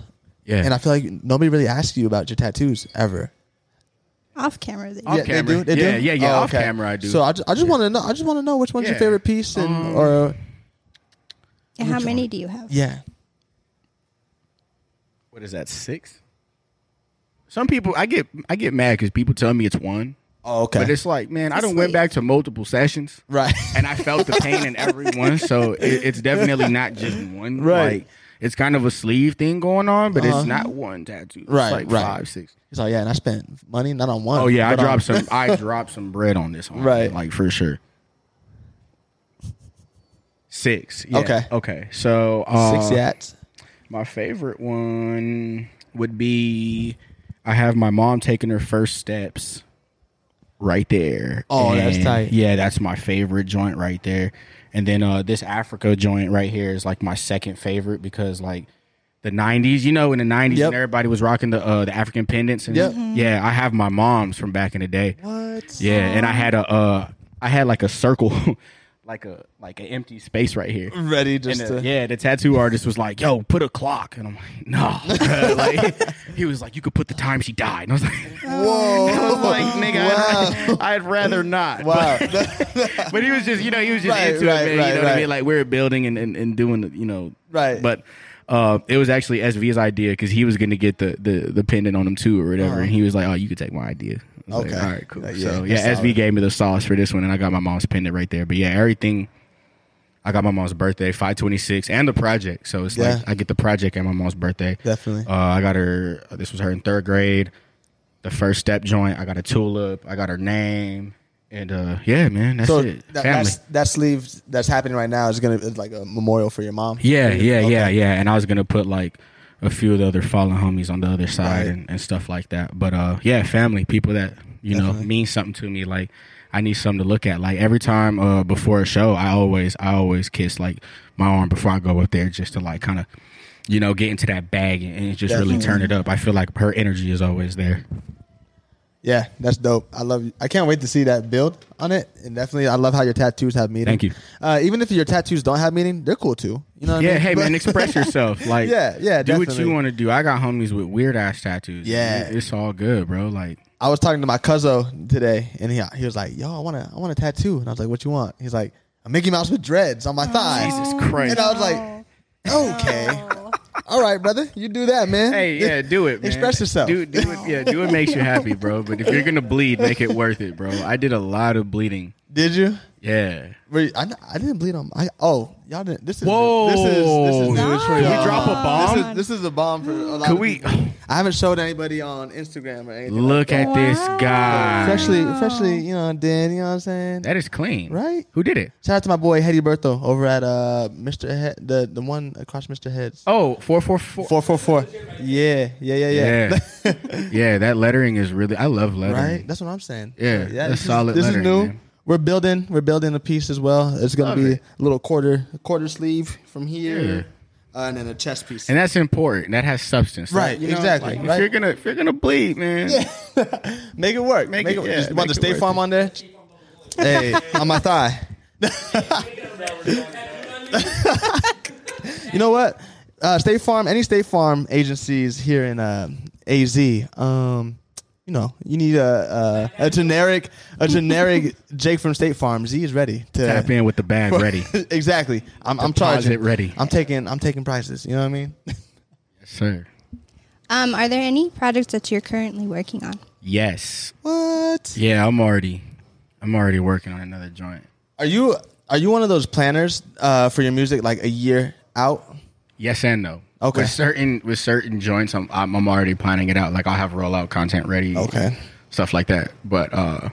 Yeah.
And I feel like nobody really asks you about your tattoos ever.
Off camera. That you
Off
they
camera.
do. They do.
Yeah, yeah, yeah,
Oh,
off camera I do.
So I just, I just want to know. I just want to know which one's
Yeah.
your favorite piece and
Um,
or
And how many do you have?
yeah.
what is that six? Some people I get I get mad because people tell me it's one,
Oh, okay.
but it's like man, I
It's
don't went
like-
back to multiple sessions,
right.
and I felt the pain in every one, so it, it's definitely not just one.
Right.
Like, it's kind of a sleeve thing going on, but
Uh-huh.
it's not one tattoo. It's
Right,
like
right.
five, six.
He's like, yeah, and I spent money not on one.
Oh yeah, I
but on-
dropped some. I dropped some bread on this one,
Right.
Like for sure. Six. yeah,
Okay.
Okay. So uh,
six yats.
My favorite one would be I have my mom taking her first steps right there.
Oh, that's tight.
Yeah, that's my favorite joint right there. And then uh this Africa joint right here is like my second favorite because like the 90s, you know, in the 90s
Yep.
and everybody was rocking the uh the African pendants and Mm-hmm.
Yep.
yeah, I have my mom's from back in the day.
What?
Yeah, and I had a uh I had like a circle like a like an empty space right here.
Ready just
And,
to.
uh, yeah, the tattoo artist was like, "Yo, put a clock," and I'm like, "No." like, he was like, "You could put the time she died," and I was like, I was
Whoa.
like, "Nigga, I'd- I'd rather not."
Oh Wow.
But, but he was just, you know, he was just
Right,
into
right,
it, man.
right,
you know what I
right.
mean? Like we were building and, and, and doing, the- you know,
Right.
But uh, it was actually SV's idea because he was going to get the, the the pendant on him too or whatever, and he was like, "Oh, you could take my idea." I was like,
Uh-huh. Okay.
all right, cool.
Uh, yeah,
so
that's
yeah, SV
solid.
gave me the sauce for this one, and I got my mom's pendant right there. But yeah, everything. I got my mom's birthday, five twenty six, and the project. So it's
Yeah.
like I get the project and my mom's birthday.
Definitely.
Uh, I got her. This was her in third grade. The first step joint. I got a tulip. I got her name. And uh, yeah, man, that's
so
it.
that,
Family.
that's, that sleeve that's happening right now is gonna it's like a memorial for your mom.
yeah, yeah,
Okay.
yeah, yeah. And I was gonna put like a few of the other fallen homies on the other side
Right.
and, and stuff like that. But uh, yeah, family, people that you know mean something to me. Like I need something to look at. Like every time uh, before a show, I always, I always kiss like my arm before I go up there, just to like kind of. You know, get into that bag and and just really turn it up. I feel like her energy is always there.
Yeah, that's dope. I love. I can't wait to see that build on it, and definitely, I love how your tattoos have meaning.
Thank you.
Uh, even if your tattoos don't have meaning, they're cool too. You know. What I
yeah,
mean?
hey
But-
man, express yourself. Like,
Yeah, yeah,
do what
definitely.
you want to do. I got homies with weird ass tattoos.
Yeah.
It- it's all good, bro. Like,
I was talking to my cousin today, and he he was like, "Yo, I want to, I want a tattoo," and I was like, "What you want?" He's like, "A Mickey Mouse with dreads on my thigh."
Oh, Jesus Christ.
And I was like, "Okay, Oh. all right, brother, you do that, man."
Hey, yeah, do it. Man.
Express yourself.
Do, do it. Yeah, do it. Makes you happy, bro. But if you're gonna bleed, make it worth it, bro. I did a lot of bleeding.
Did you?
Yeah.
Were you- I, I didn't bleed on. I oh y'all didn't. This is This is this is news for
Did we
y'all.
drop a bomb?
This is, this is a bomb for a lot.
Could
of
we
people. I haven't showed anybody on Instagram or anything.
look at this guy?
Freshly, freshly, you know, Dan. You know what I'm saying?
That is clean,
Right?
Who did it?
Shout out to my boy Hedy Bertho over at uh Mr. Head, the the one across Mr. Heads.
Oh, four four four.
Four four four. Yeah, yeah, yeah, yeah.
Yeah. yeah, that lettering is really. I love lettering.
right. That's what I'm saying.
Yeah,
So,
that's
this is-
solid
This
lettering,
is new.
man.
We're building. We're building a piece as well. It's gonna
Love
be
it.
a little quarter quarter sleeve from here, uh, and then a chest piece.
And that's important. That has substance,
Right,
You know,
exactly,
like,
right.
If you're gonna if you're gonna bleed, man.
Make it work. Make, it,
Make it-
work.
yeah,
Just want the
make it
State
worth
Farm on there. hey, on my thigh. you know what? Uh, State Farm, any State Farm agencies here in uh, AZ, um, you know, you need a, a a generic a generic Jake from State Farm. Z is ready to
Tap in with the bag ready.
exactly. I'm, I'm
Deposit
charging.
ready.
I'm taking. I'm taking prices. You know what I mean?
Yes, sir.
Um, are there any projects that you're currently working on?
Yes.
what?
Yeah, I'm already I'm already working on another joint.
Are you are you one of those planners uh, for your music like a year out?
Yes and no.
Okay.
With certain with certain joints, I'm I'm, I'm already planning it out. Like I'll have rollout content ready.
Okay.
Stuff like that. But uh,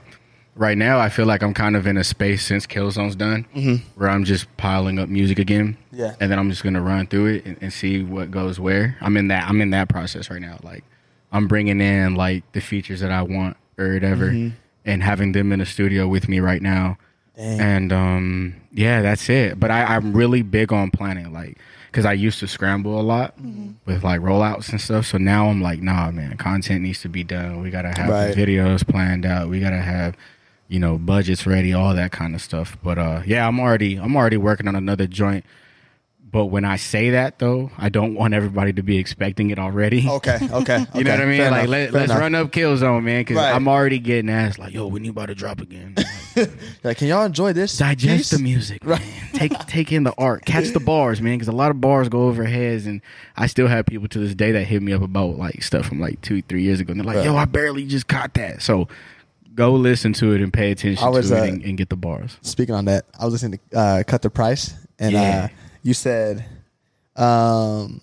right now, I feel like I'm kind of in a space since Killzone's done, where I'm just piling up music again.
Yeah.
And then I'm just gonna run through it and, and see what goes where. I'm in that I'm in that process right now. Like I'm bringing in like the features that I want or whatever, and having them in the studio with me right now. And um, yeah, that's it. But I, I'm really big on planning, like, because I used to scramble a lot with like rollouts and stuff. So now I'm like, nah, man, content needs to be done. We gotta have
Right.
the videos planned out. We gotta have, you know, budgets ready, all that kind of stuff. But uh, yeah, I'm already, I'm already working on another joint. But when I say that though, I don't want everybody to be expecting it already.
Okay, okay.
You know what I mean? Like let, let's run up kill zone, man, because
Right.
I'm already getting asked like, "Yo, when you about to drop again?"
Like, can y'all enjoy this?
digest the
piece?
music man. take take in the art catch the bars man because a lot of bars go over heads and i still have people to this day that hit me up about like stuff from like two three years ago and they're like yo i barely just caught that so go listen to it and pay attention
I was,
to it
uh,
and, and get the bars
Speaking on that, I was listening to uh, Cut the Price, and
Yeah.
uh, you said Um,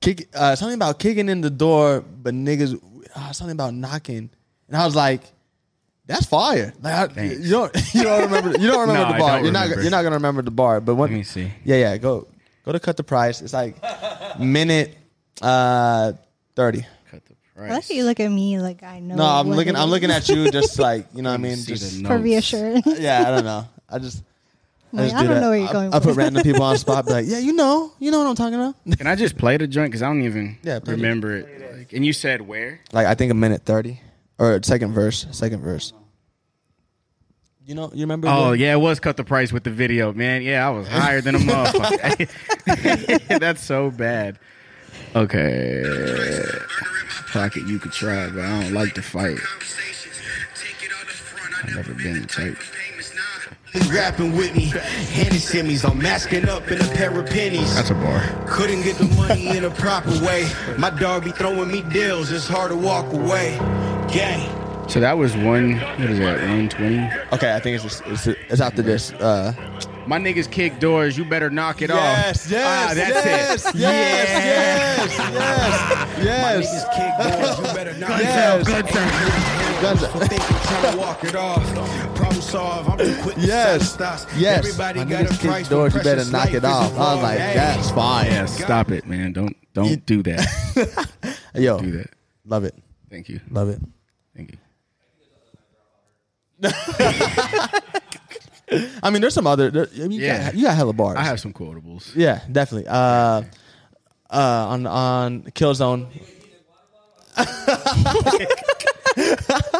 kick uh, something about kicking in the door, but niggas uh, something about knocking, and I was like, "That's fire!" Like I,
Thanks.
you don't you don't remember you don't remember the
No, I
bar.
don't
You're not
remember.
you're not gonna remember the bar. But when,
Let me see.
Yeah, yeah. Go go to cut the price. It's like minute uh thirty.
Cut the
I like
price.
that you look at me like I know.
No, I'm
what
looking.
it
I'm
is.
looking at you, just like you know. what I
Let me
mean,
see
just
the
for
notes.
reassurance.
yeah. I don't know. I just. I,
Like,
just
I
do
don't
that.
know where you're
I-
going
I
with
put
this.
random people on the spot. Be like, yeah, you know, you know what I'm talking about.
Can I just play the joint? Because I don't even
Yeah, play the-
remember it. Like, and you said where?
like I think a minute thirty or second verse, second verse. You know, you remember?
Oh
the-
yeah, it was cut the price with the video, man. Yeah, I was higher than a motherfucker. That's so bad. Okay, pocket you could try, but I don't like to fight.
I've
never been the type.
Rapping with me, handy simmies. I'm masking up in a pair of pennies.
That's a bar.
Couldn't get the money in a proper way. My dog be throwing me deals. It's hard to walk away. Gang.
So that was one. What is that? One twenty.
Okay, I think it's it's, it's after this. Uh,
My niggas kick doors. You better knock it
Oh.
off. ah, that's it.
yes, yes, yes,
Niggas kick doors, you better not
Yes. Guns out.
Think I'm trying to walk it off. Problem solved. I'm too quick to
Yes.
stop stocks.
Yes.
Everybody
My
got
niggas
a price
kick
for
doors. You better
precious
knock
life
it
is a
off. I was
raw
like,
egg.
that's fine.
Yeah, stop it, man. Don't don't do that.
Yo,
Do that.
love it,
Thank you.
love it.
Thank you.
I mean, there's some other. There, I mean, you,
Yeah.
got, you got hella bars.
I have some quotables.
Yeah, definitely. Uh, uh, on on Killzone.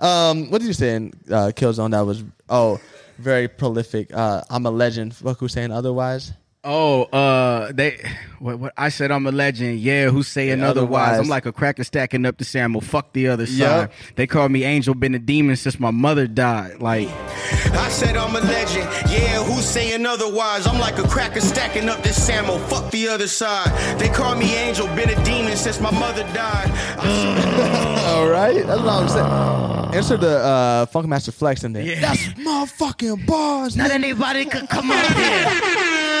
um, what did you say in uh, Killzone? That was oh, very prolific. Uh, I'm a legend. Fuck who's saying otherwise.
Oh, uh, they what, what I said I'm a legend. Yeah, who's saying otherwise?
otherwise.
I'm like a cracker stacking up the sandal. Fuck the other
Yup.
side. They call me Angel, been a demon since my mother died. Like
I said I'm a legend. Yeah, who's saying otherwise? I'm like a cracker stacking up this ammo. Fuck the other side. They call me Angel, been a demon since my mother died.
All right, that's what I'm saying. Insert the uh, Funk Master Flex in there.
Yeah.
That's motherfucking bars. nigga.
anybody could come up here.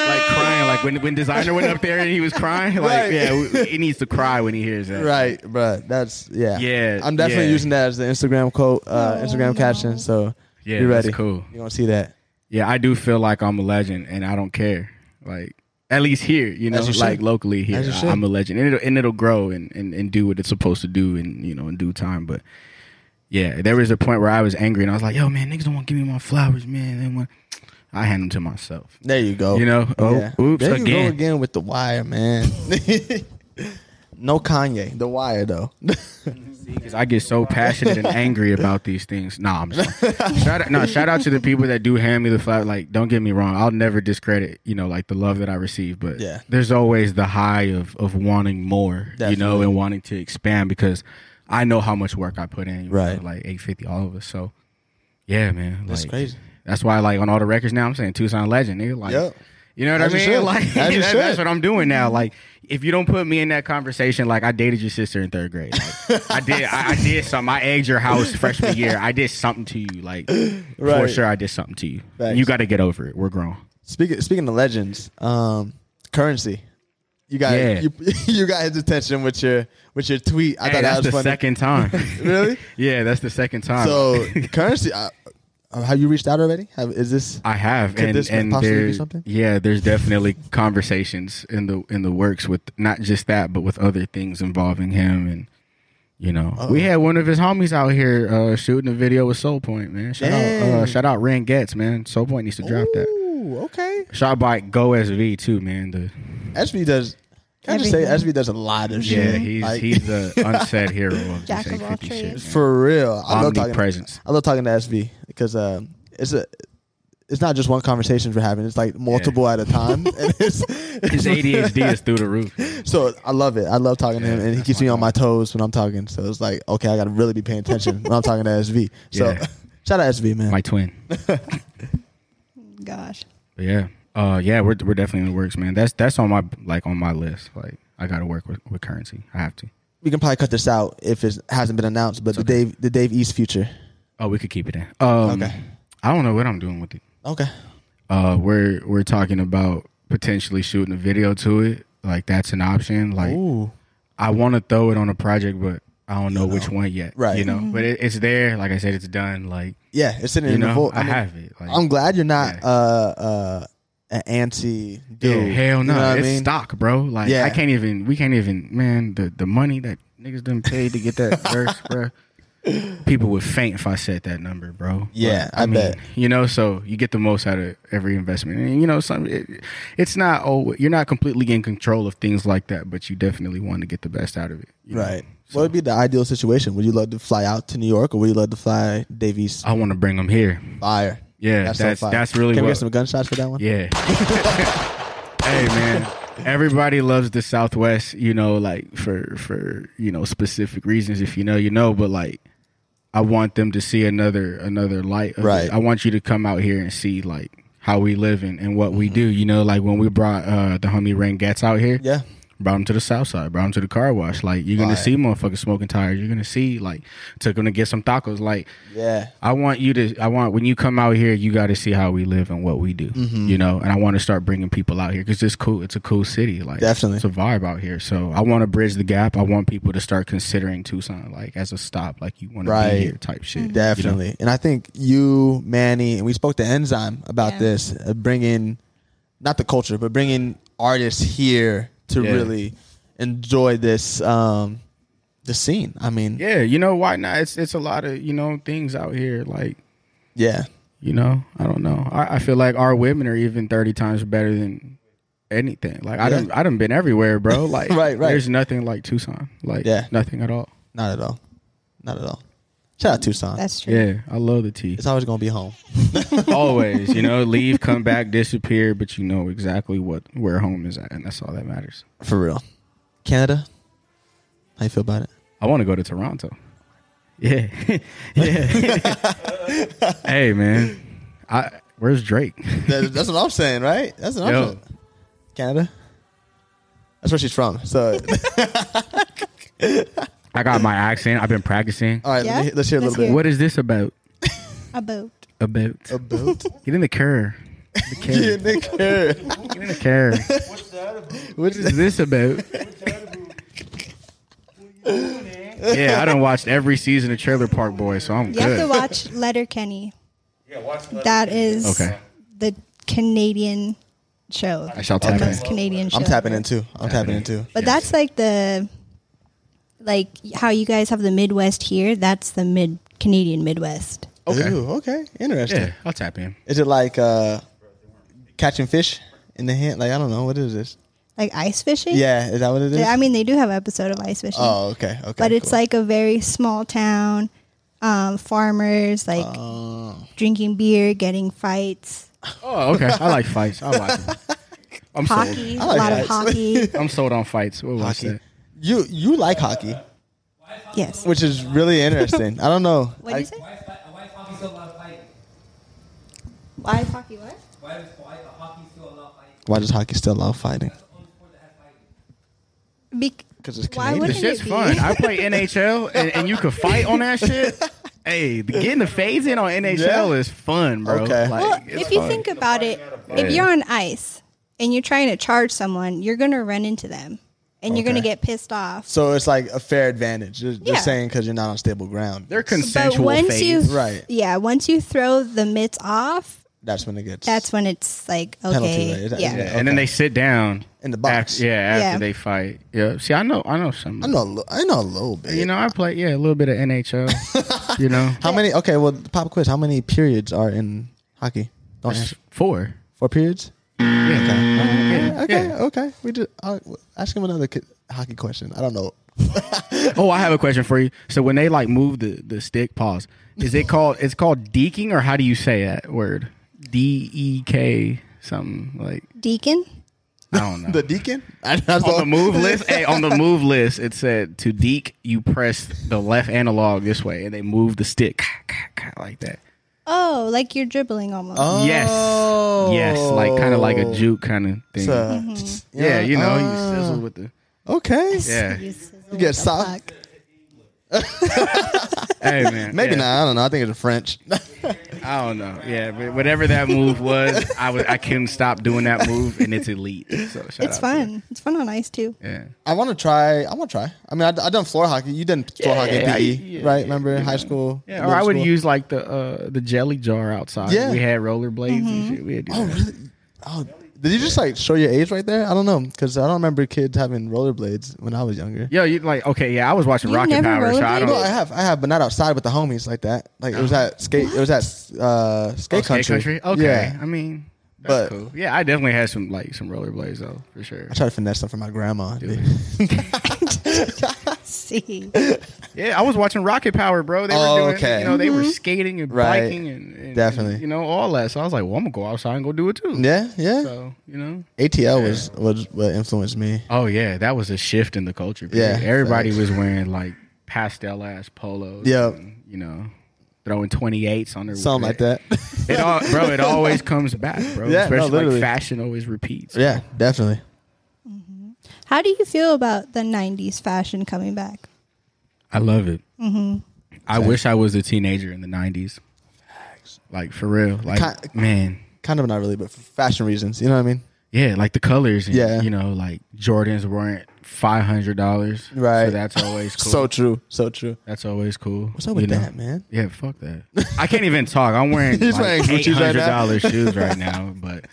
like crying, like when when designer went up there and he was crying. Like
Right.
yeah, w- he needs to cry when he hears that.
Right, bruh. That's yeah.
Yeah,
I'm definitely
yeah.
using that as the Instagram quote, uh,
Oh,
Instagram
no.
caption. So
Yeah,
be
that's
ready.
cool.
You're gonna see that.
Yeah, I do feel like I'm a legend, and I don't care. Like at least here, you know,
As you should.
like locally here,
As you
I-
should.
I'm a legend, and it'll and it'll grow and, and and do what it's supposed to do, in you know, in due time. But yeah, there was a point where I was angry, and I was like, "Yo, man, niggas don't want to give me my flowers, man." They want... I hand them to myself.
There you go.
You know? Oh, oops,
There you
again.
go again with the wire, man. no Kanye, the wire though.
because I get so passionate and angry about these things. Nah, I'm just shout out, no, shout out to the people that do hand me the flower. Like, don't get me wrong, I'll never discredit you know like the love that I receive, but
Yeah.
there's always the high of of wanting more, you know,
Definitely.
and wanting to expand because I know how much work I put in, you know,
Right.
like 850, all of us. So, yeah, man,
That's
like,
crazy.
That's why, like on all the records now, I'm saying Tucson legend, nigga. Like,
Yep.
you know what
As
I
you
mean?
should.
Like,
As you
that- that's
should.
what I'm doing
Mm-hmm.
now. Like, if you don't put me in that conversation, like I dated your sister in third grade. Like, I did. I, I did something. I egged your house freshman year. I did something to you. Like, for
Right.
sure, I did something to you.
Facts.
You got to get over it. We're grown.
speaking speaking of legends, um, currency. You got
Yeah.
you, you got his attention with your with your tweet. I
Hey,
thought
that's
that was
the
funny.
second time.
Really?
yeah, that's the second time.
So currency, I, uh, have you reached out already? Have, is this
I have,
Could
and,
this
and
possibly be
there-
something?
yeah, there's definitely conversations in the in the works with not just that, but with other things involving him, and you know, we had one of his homies out here uh, shooting a video with Soul Point, man. Shout out, uh,
Dang.
shout out, Rand Getz, man. Soul Point needs to drop that.
Ooh, okay.
Shot by Go SV too, man. The,
SB does. Can I just say
Everything.
SB does a lot of shit.
yeah, he's
Like,
he's the unsaid hero of
Jack
this
of all
850 shit.
trades.
man.
for real. I love talking.
Omnipresence.
I love talking to SV because uh, it's a it's not just one conversation we're having. It's like multiple at a time. and it's,
His ADHD is through the roof.
so I love it. I love talking to him,
Yeah,
and he
that's
keeps
my
me on
guy.
my toes when I'm talking. So it's like, okay, I got to really be paying attention when I'm talking to SV. So
Yeah.
shout out SV, man.
My twin.
Gosh.
But yeah. Uh yeah, we're we're definitely in the works, man. That's that's on my like on my list. Like I gotta work with, with currency. I have to.
We can probably cut this out if it hasn't been announced. But the Dave, the Dave East future.
Oh, we could keep it in. Um
Okay.
I don't know what I'm doing with it.
Okay.
Uh we're we're talking about potentially shooting a video to it. Like that's an option. Like I want to throw it on a project, but I don't know which one yet.
Right.
You know, but it, it's there. Like I said, it's done. Like
Yeah, it's sitting
you
in the
know,
vault.
I, have it. Like,
I'm glad you're not
Yeah.
uh uh an anti
yeah,
dude.
hell
You
no,
know what I
it's
mean?
stock, bro. Like
Yeah.
I can't even. We can't even. Man, the the money that niggas done paid to get that verse, bro. People would faint if I said that number, bro.
Yeah,
But,
I bet.
You know, so you get the most out of every investment, and you know, some it, it's not. Oh, you're not completely in control of things like that, but you definitely want to get the best out of it. you know?
Right. What would be the ideal situation? Would you love to fly out to New York, or would you love to fly Davies
I want to bring them here.
Fire?
Yeah,
so
that's-
fire.
that's really
Can we
what-
get some gunshots for that one?
Yeah. hey man, everybody loves the Southwest, you know, like for for you know specific reasons. If you know, you know, but like I want them to see another another light. of it.
Right.
I want you to come out here and see like how we live and, and what we do. You know, like when we brought uh the homie Rangats out here.
Mm-hmm. Yeah.
Brought him to the south side, brought him to the car wash. Like you're gonna
Fire.
see motherfuckers smoking tires. You're gonna see like took him to get some tacos. Like
Yeah.
I want you to. I want when you come out here, you got to see how we live and what we do.
Mm-hmm.
You know, and I want to start bringing people out here because it's cool. It's a cool city. Like
Definitely.
it's a vibe out here. So I want to bridge the gap. I want people to start considering Tucson like as a stop. Like you want to
Right. Mm-hmm.
be here, type shit. you know?
Definitely. And I think you, Manny, and we spoke to Enzyme about
Yeah.
this, uh, bringing not the culture, but bringing artists here to
Yeah.
really enjoy this um the scene. I mean, yeah.
Yeah, you know why not? It's it's a lot of you know things out here. Like you know, I don't know. I, I feel like our women are even thirty times better than anything. Like I don't. I done been everywhere, bro. Like
Right, right.
There's nothing like Tucson. Like
Yeah.
nothing at all.
Not at all. Not at all. Shout out Tucson.
That's true.
Yeah, I love the tea.
it's always gonna be home.
always you know leave come back disappear but you know exactly what where home is at and that's all that matters
For real. Canada? How you feel about it?
i want to go to toronto yeah yeah hey man i where's drake
That- that's what I'm saying, right? That's what I'm
Yo.
saying. Canada? That's where she's from. So
i got my accent i've been practicing
all right,
Yeah?
let me, let's hear a
Let's
little bit.
what is this about
A boat.
about
About
get in the car the car
Oh. Yeah, Nick Carey.
get in the car what is this about yeah i done watched every season of trailer park boys so i'm
You have to
good
watch Letterkenny. Yeah, watch That is
Okay.
the Canadian show.
I shall
The
tap
most
in.
Canadian show.
I'm tapping in too. I'm tapping in too.
But that's like the like how you guys have the Midwest here, that's the mid Canadian Midwest.
Okay.
Ooh, okay. Interesting.
yeah i'll tap in
Is it like uh, catching fish in the hand? Like I don't know what is this?
Like ice fishing?
Yeah, is that what it is?
I mean they do have an episode of ice fishing.
oh, okay, okay.
but it's
cool.
like a very small town, um, farmers like
Oh.
drinking beer, getting fights,
Oh, okay. I like fights. I watch them. I'm sold.
hockey, a
like
lot
that.
of hockey.
I'm sold on fights. We'll watch
hockey.
that.
You you like hockey,
yes.
which is really interesting. I don't know.
What do
I-
you say? Why is hockey what?
Why does hockey still love fighting?
Bec-
'Cause it's
Why
Canadian.
This
wouldn't
shit's
it be?
fun. I play NHL, and, and you can fight on that shit. Hey, the- getting the fades in on NHL
Yeah.
is fun, bro.
Okay.
Well,
it's
if you
fun.
think about it,
Yeah.
if you're on ice and you're trying to charge someone, you're going to run into them and you're going to
Okay.
get pissed off.
So it's like a fair advantage. Just, just
Yeah.
saying because you're not on stable ground.
they're consensual
once you-
fades.
right.
Yeah, once you throw the mitts off,
That's when it gets.
that's when it's like,
Penalty,
okay.
right? That-
Yeah.
yeah.
And then
Okay.
they sit down
In the box.
After, yeah, after
Yeah.
they fight. Yeah. See, I know, I know some.
I know. a li- I know a little bit.
You know, I play. Yeah, a little bit of NHL. you know,
how many? Okay, well, pop quiz. How many periods are in hockey? Don't
It's
answer.
four.
Four periods.
Yeah. Yeah,
Okay,
yeah.
okay. We just I'll, ask him another ki- hockey question. I don't know.
Oh, I have a question for you. So when they like move the the stick, pause. Is it called? It's called deking, or how do you say that word? D E K something like
Deacon?
I don't know.
The deacon? I, that's
on the move list, hey, on the move list, it said to deek, you press the left analog this way, and they move the stick like that.
Oh, like you're dribbling almost.
Oh.
Yes, yes, like kind of like a juke kind of thing.
So,
Mm-hmm.
yeah, you know,
uh,
you sizzle with the
okay.
yeah.
You sizzle
get
with the
soft.
puck.
Hey man,
Maybe
yeah.
not. I don't know. I think it's a French.
I don't know. Yeah, but whatever that move was, I was I couldn't stop doing that move, and it's elite. So shout out
It's
to
fun.
them.
It's fun on ice too.
Yeah.
I want to try. I want to try. I mean, I, I done floor hockey. You done floor hockey in
yeah,
PE,
yeah,
right?
yeah,
Remember in high school?
Yeah, or
middle
I would
school?
use like the uh, the jelly jar outside.
Yeah.
we had rollerblades and shit. We had to do
Oh,
that.
really? Oh, did you just like show your age right there? I don't know because I don't remember kids having rollerblades when I was younger.
Yo, you like okay? Yeah, I was watching
You
Rocket
never
Power, so I
rollerbladed?
don't.
No, I have, I have, but not outside with the homies like that. Like it was at skate, it was at uh, skate,
Oh, skate
country.
Okay,
Yeah.
I mean,
But-
that's cool. yeah, I definitely had some like some rollerblades though for sure.
I tried to finesse them for my grandma. dude.
See,
Yeah, I was watching Rocket Power, bro. They
Oh,
were doing,
okay.
you know, they were skating and
Right.
biking and, and-
Definitely.
and, you know, all that. So I was like, well, I'm gonna go outside and go do it too.
Yeah, yeah.
So you know.
ATL was was what influenced me.
Oh yeah, that was a shift in the culture.
Yeah,
Yeah, everybody
facts.
was wearing like pastel ass polos.
Yep.
and, you know, throwing twenty eights on their
Something like that.
It all, bro, it always comes back, bro.
Yeah, no,
Especially
literally.
like fashion always repeats.
yeah, definitely.
how do you feel about the '90s fashion coming back?
I love it. Mm-hmm. I wish I was a teenager in the '90s. Like for real, like
Ki-
man,
Kind of not really, but for fashion reasons. You know what I mean?
yeah, like the colors. And,
Yeah.
you know, like Jordans weren't five hundred dollars.
Right.
so that's always cool.
So true. So true.
that's always cool.
What's up with
you know?
that, man?
Yeah, fuck that. I can't even talk. I'm wearing
He's wearing
like
some
eight
shoes right
hundred
now.
dollars shoes right now, but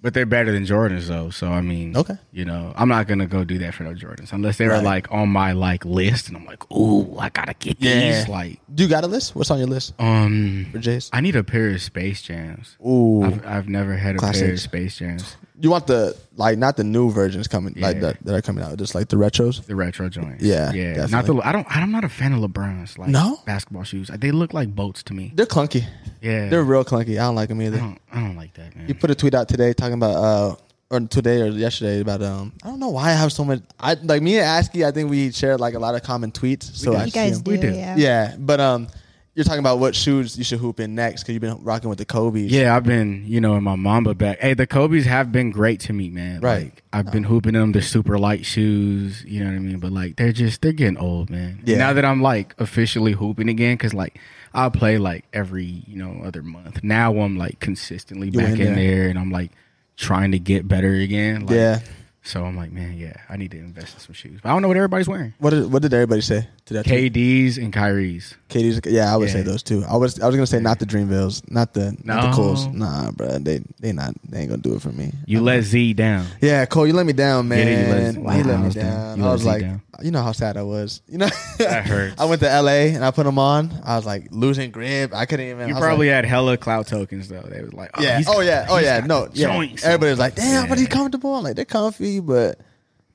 but they're better than Jordans though. So I mean,
Okay.
you know, I'm not gonna go do that for no Jordans unless they
Right.
were like on my like list, and I'm like, ooh, I gotta get
Yeah.
these. Like,
Do you got a list? What's on your list
um,
for Jace?
I need a pair of Space Jams.
Ooh,
I've, I've never had a pair of
Classics.
Space Jams.
you want the like not the new versions coming like
Yeah.
that that are coming out, just like the retros.
The retro joints.
Yeah,
yeah. Not
definitely.
the. I don't. I'm not a fan of LeBron's like
No?
basketball shoes. They look like boats to me.
They're clunky.
Yeah,
They're real clunky. I don't like them
I
either.
don't. I don't like that man.
You put a tweet out today talking about uh or today or yesterday about um I don't know why I have so much I like me and Asky I think we shared like a lot of common tweets. So I
You
see
guys
'em.
do,
We do.
yeah.
Yeah, but um you're talking about what shoes you should hoop in next because you've been rocking with the Kobe's.
Yeah, I've been, you know, in my Mamba bag. Hey, the Kobe's have been great to me, man.
Right.
Like, I've been hooping them. They're super light shoes. You know what I mean? But like, they're just, they're getting old, man.
Yeah.
Now that I'm like officially hooping again, because like, I'll play like every, you know, other month. Now I'm like consistently
You're
back
in
in,
there.
there. and I'm like trying to get better again. Like,
Yeah.
So I'm like, man, yeah, I need to invest in some shoes. But I don't know what everybody's wearing.
What did what did everybody say? Did I tweet?
KD's and Kyrie's.
Katie's yeah, I would say
Yeah.
those too. I was I was gonna say not the Dreamvilles, not the not the
No.
Coles. Nah, bro, they they not they ain't gonna do it for me.
You let Z down.
Yeah, Cole, you let me down,
Yeah,
man.
you let-
you
wow,
let,
I
me
was down.
down.
You
I
let
was
me
like,
down.
you know how sad I was. You know,
That hurts.
I went to L.A. and I put them on. I was like losing grip. I couldn't even.
You
I was
probably
like,
had hella cloud tokens though. They was like, oh,
yeah.
he's
Oh
got-
yeah. Oh
he's
yeah.
got
No.
the
Yeah.
joints.
Everybody was like, damn, but he's
Yeah.
comfortable. I'm like, they're comfy, but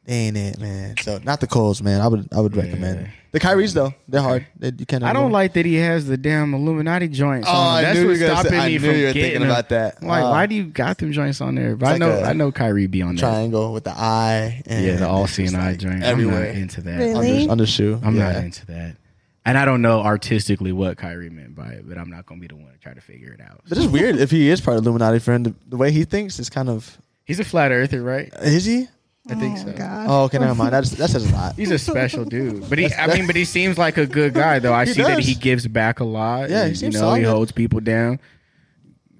they ain't it, man. So not the Coles, man. I would I would recommend the Kyries though. They're hard. They, you can't.
I don't
ignore.
like that he has the damn Illuminati joints.
Oh,
on.
I
That's
knew you
what's
were gonna
stopping
say- I
me
knew
from
you were
getting
thinking
them.
about that.
Like,
Uh,
why do you got them joints on there? But I
like
know,
a
I know Kyrie be on there.
triangle with the eye. And
Yeah, the all
it's just
seeing eye
like
joint.
everywhere.
I'm not into that.
Really?
on, the, on the shoe.
I'm
yeah.
not into that. And I don't know artistically what Kyrie meant by it, but I'm not gonna be the one to try to figure it out.
But it's weird if he is part of Illuminati friend. The, the way he thinks is kind of
He's a flat earther, right?
is he?
I think
Oh
so.
God.
Oh, okay, never mind. That, that says a lot.
He's a special dude, but he—I mean—but he seems like a good guy, though. I
He
see that
does.
he gives back a lot.
Yeah, he
and,
seems
you know, he
solid.
holds people down.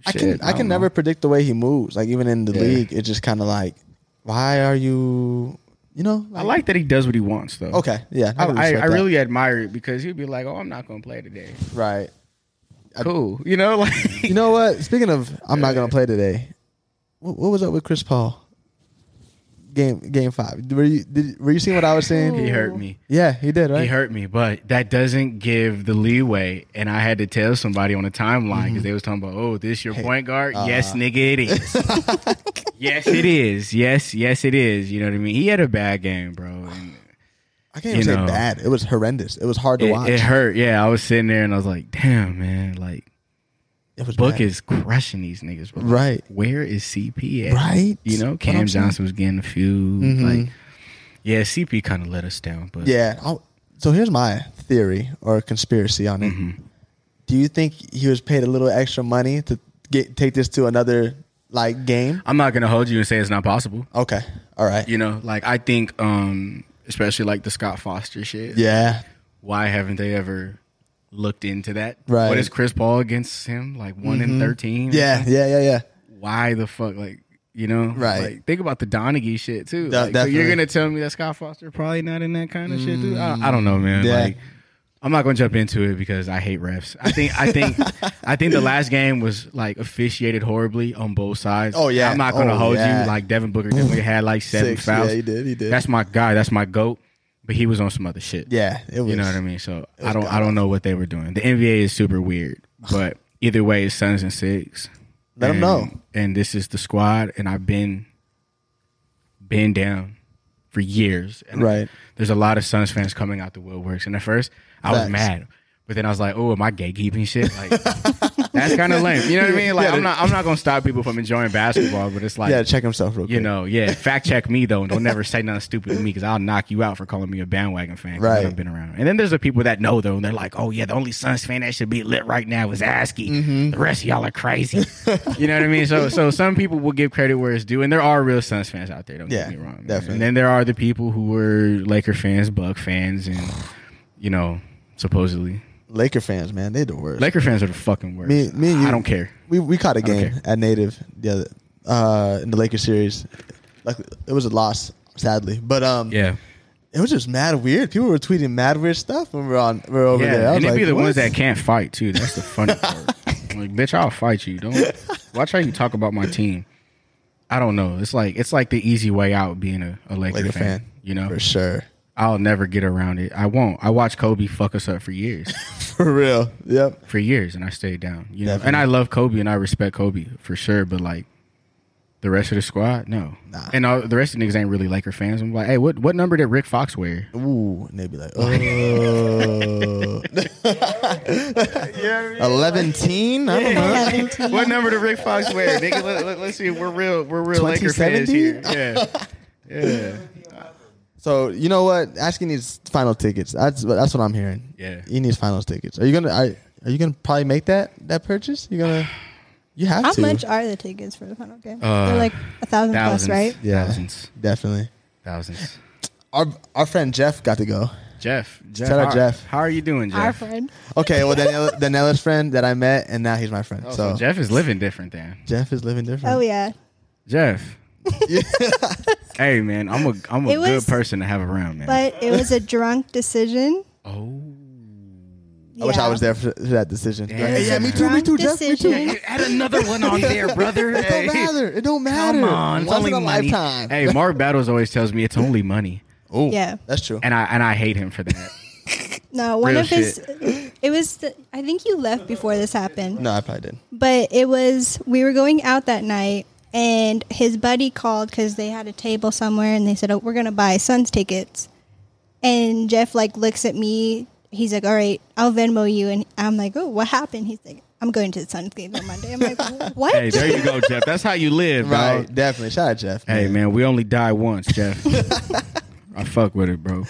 I can
Shit,
I
don't
can
know.
never predict the way he moves. Like even in the
Yeah.
league, it's just kind of like, why are you? You know,
I like that he does what he wants, though.
Okay, yeah,
I,
can
I,
respect
I
that.
really admire it because he'd be like, "Oh, I'm not gonna play today."
right.
Cool, you know, like
You know what? Speaking of, I'm not gonna play today. What, what was up with Chris Paul? Game Game Five. Were you did, Were you seeing what I was saying?
he hurt me.
Yeah, he did. Right.
He hurt me, but that doesn't give the leeway. And I had to tell somebody on the timeline
Mm-hmm.
because they was talking about, "Oh, this your point guard?"
uh,
yes, nigga, it is. yes, it is. Yes, yes, it is. You know what I mean? He had a bad game, bro. And
I can't even
you
say
know.
bad. It was horrendous. It was hard to
it,
watch.
it hurt. Yeah, I was sitting there and I was like, "Damn, man!" Like
It was
Book
bad.
is crushing these niggas, bro. Like,
Right.
Where is CP at?
Right.
You know,
What I'm
Cam
saying. Mm-hmm.
Johnson was getting a few. Like, yeah, CP kind of let us down, but
Yeah. I'll, so here's my theory or conspiracy on it.
Mm-hmm.
Do you think he was paid a little extra money to get take this to another like game?
I'm not gonna hold you and say it's not possible.
Okay. All right.
You know, like I think, um, especially like the Scott Foster shit.
Yeah.
why haven't they ever looked into that?
Right. Mm-hmm.
What is Chris Paul against him? Like one in thirteen. or
Yeah,
something?
yeah, yeah, yeah.
Why the fuck? Like you know.
Right.
Like, think about the Donaghy shit too.
De-
like, so you're
definitely.
gonna tell me that Scott Foster probably not in that kind of shit too? I, I don't know, man.
Mm, Yeah.
Like. I'm not going to jump into it because I hate refs. I think I think I think the last game was like officiated horribly on both sides.
Oh, yeah.
I'm not going to
Oh,
hold
yeah.
you like Devin Booker definitely had like seven
Six.
fouls.
Yeah, he did. He did.
That's my guy. That's my goat. But he was on some other shit.
Yeah, it was.
You know what I mean? So
was
I don't I
god
don't know what they were doing. The NBA is super weird, but either way, it's Suns and Six.
Let 'em
And-
know.
And this is the squad, and I've been been down for years. And
Right.
There's a lot of Suns fans coming out the woodworks, and at first I was
Facts.
mad, but then I was like, "Oh, am I gatekeeping shit?" Like that's kind of lame. You know what I mean? Like I'm not I'm not gonna stop people from enjoying basketball, but it's like
Yeah, check himself real quick.
you know, yeah. Fact check me though, and don't never say nothing stupid to me because I'll knock you out for calling me a bandwagon fan. 'cause
Right.
I've been around, and then there's the people that know though, and they're like, "Oh yeah, the only Suns fan that should be lit right now is ASCII.
Mm-hmm.
The rest of y'all are crazy." you know what I mean? So, so some people will give credit where it's due, and there are real Suns fans out there. Don't
Yeah,
get me wrong. man.
definitely.
And then there are the people who were Laker fans, Buck fans, and you know, supposedly
Laker fans, man, they the worst.
Laker fans are the fucking worst.
me, me, and you,
I don't care.
We we caught a
don't
game
care.
at Native the other uh, in the Lakers series. Like it was a loss, sadly, but um,
Yeah.
it was just mad weird. People were tweeting mad weird stuff when we were on we were over there. I
and
was
it'd
like,
be the
what?
ones that can't fight too. That's the funny part. like, bitch, I'll fight you. Don't watch how you talk about my team. I don't know. It's like it's like the easy way out being a, a Laker,
Laker
fan,
fan.
You know,
for sure,
I'll never get around it. I won't. I watched Kobe fuck us up for years,
for real. Yep,
for years, and I stayed down. You know,
Definitely.
and I love Kobe and I respect Kobe for sure. But like the rest of the squad, no.
Nah.
And all, the rest of the niggas ain't really Laker fans. I'm like, hey, what what number did Rick Fox wear?
ooh, and they'd be like, oh, eleventeen. I don't know.
17.
What number did Rick Fox wear? Nigga, let, let, us see. We're real. We're real Laker fans
2070?
here. Yeah, yeah.
So you know what? Asking needs final tickets. That's that's what I'm hearing.
Yeah.
he needs final tickets. Are you gonna? Are, are you gonna probably make that that purchase? You gonna? You have
How
to.
much are the tickets for the final game?
Uh,
They're like a thousand
Thousands,
plus, right?
Yeah.
thousands,
Definitely.
thousands.
Our our friend Jeff got to go.
Jeff, Jeff,
Shout out
how,
Jeff.
How are you doing, Jeff?
Our friend.
Okay, well Daniela, Daniela's friend that I met, and now he's my friend.
Oh,
so,
so
Jeff,
Jeff is living different then.
is living different.
Oh yeah.
Jeff. hey man, I'm a I'm a
It
good
was-
person to have around, man.
But it was a drunk decision.
oh,
I wish I
Yeah.
was there for, for that decision.
Damn.
Like, "Hey, yeah, me too, me
Drunk
too, Jeff, me too.
decision.
you add another one on there, brother.
It don't matter. It don't matter.
Come on, it's
Once
only
in a
money.
lifetime.
Hey, Mark Battles always tells me it's only money,
Oh,
Yeah.
that's true.
and I and I hate him for that.
No, one
Real
of his. It was. The, I think you left before this happened.
no, I probably did.
But it was. We were going out that night, and his buddy called because they had a table somewhere, and they said, "Oh, we're gonna buy Suns tickets." And Jeff like looks at me. He's like, "All right, I'll Venmo you." And I'm like, "Oh, what happened?" He's like, "I'm going to the Suns game on Monday." I'm like, "What?"
Hey, there you go, Jeff. That's how you live,
Right,
right?
definitely. Shout out Jeff.
Hey, man, we only die once, Jeff. I fuck with it, bro.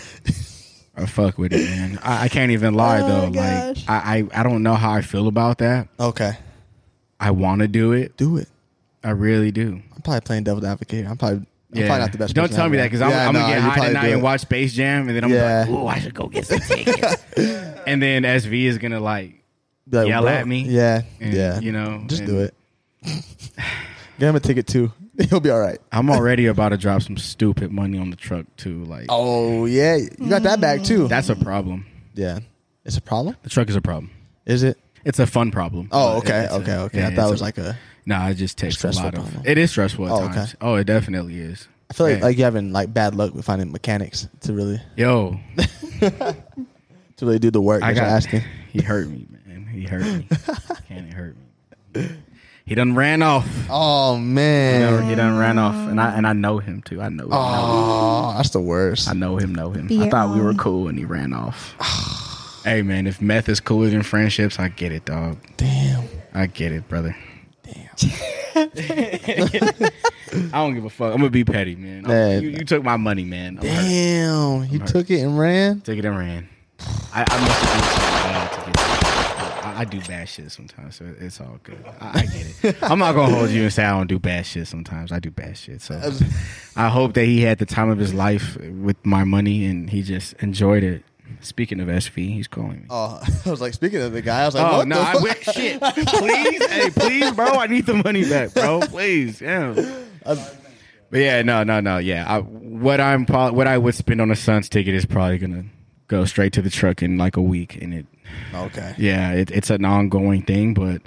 I fuck with it, man. I, I can't even lie
Oh,
though.
gosh.
Like, I, I I don't know how I feel about that.
Okay,
I want to do it.
do it.
I really do.
I'm probably playing devil's advocate. here. I'm probably, I'm probably not the best.
Don't
person
tell
out
me that
there.
because I'm,
Yeah,
I'm
no,
gonna
you
get high
probably
tonight
do
and
it.
watch Space Jam, and then I'm
Yeah.
like, "Ooh, I should go get some tickets." and then SV is gonna like,
Be like,
yell
bro,
at me
Yeah,
and,
yeah.
you know,
just
and-
do it. Get him a ticket too. He'll be all right.
"I'm already about to drop some stupid money on the truck too." Like,
Oh yeah, you got that back too.
that's a problem.
yeah, it's a problem.
The truck is a problem.
Is it?
It's a fun problem.
Oh,
But it-
okay,
it's a-
okay, okay.
yeah,
I thought
it's
it was
a-
like a.
No, it just takes a
Stressful
lot of.
problem.
It is stressful at
Oh,
times.
okay.
Oh, it definitely is.
I feel like,
Yeah.
like you're having like bad luck with finding mechanics to really
yo,
to really do the work.
I
I
got.
got asking.
He hurt me, man. He hurt me. Can it hurt me? He done ran off.
Oh
No,
man,
he done ran off, and I and I know him too. I know. Him,
oh that's the worst.
I know him. Know him.
Be
I thought we
your
were
own.
cool, and he ran off. hey, man, if meth is cooler than friendships, I get it, dog.
Damn.
I get it, brother. Damn. I don't give a fuck. I'm gonna be petty, man. I'm-
Man.
You, you took my money, man. I'm hurt.
Damn, you
hurt.
took it and ran.
Took it and ran. I, I must have done something bad to get that. I, I do bad shit sometimes, so it's all good. I, I get it. I'm not gonna hold you and say I don't do bad shit sometimes. I do bad shit. So I hope that he had the time of his life with my money and he just enjoyed it. Speaking of SV, he's calling me.
Oh, I was like, speaking of the guy, I was like,
Oh
what
no!
the
I
fuck?
wish shit. Please, hey, please, bro. I need the money back, bro. Please, yeah. But yeah, no, no, no. Yeah, I, what I'm prob- what I would spend on a Suns ticket is probably gonna go straight to the truck in like a week, and it.
Okay,
Yeah, it, it's an ongoing thing, but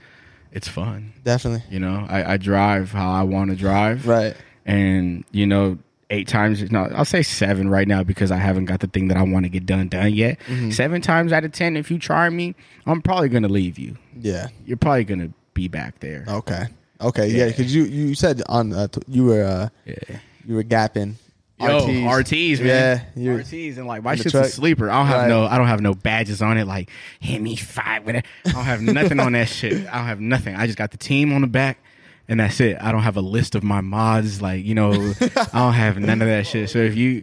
it's fun.
definitely.
You know, I, I drive how I want to drive.
Right.
And you know, eight times no, I'll say seven right now because I haven't got the thing that I want to get done done yet.
Mm-hmm.
Seven times out of ten, if you try me, I'm probably gonna leave you
Yeah.
you're probably gonna be back there.
Okay. Okay. Yeah, because you you said on uh, t- you were uh,
Yeah.
you were gapping.
Yo, RTs, man.
Yeah. you-
RTs and like my
in the
shit's a
truck.
sleeper. I don't have
Right.
no I don't have no badges on it like hit me five with it. I don't have nothing on that shit. I don't have nothing. I just got the team on the back and that's it. I don't have a list of my mods like, you know, I don't have none of that shit. So if you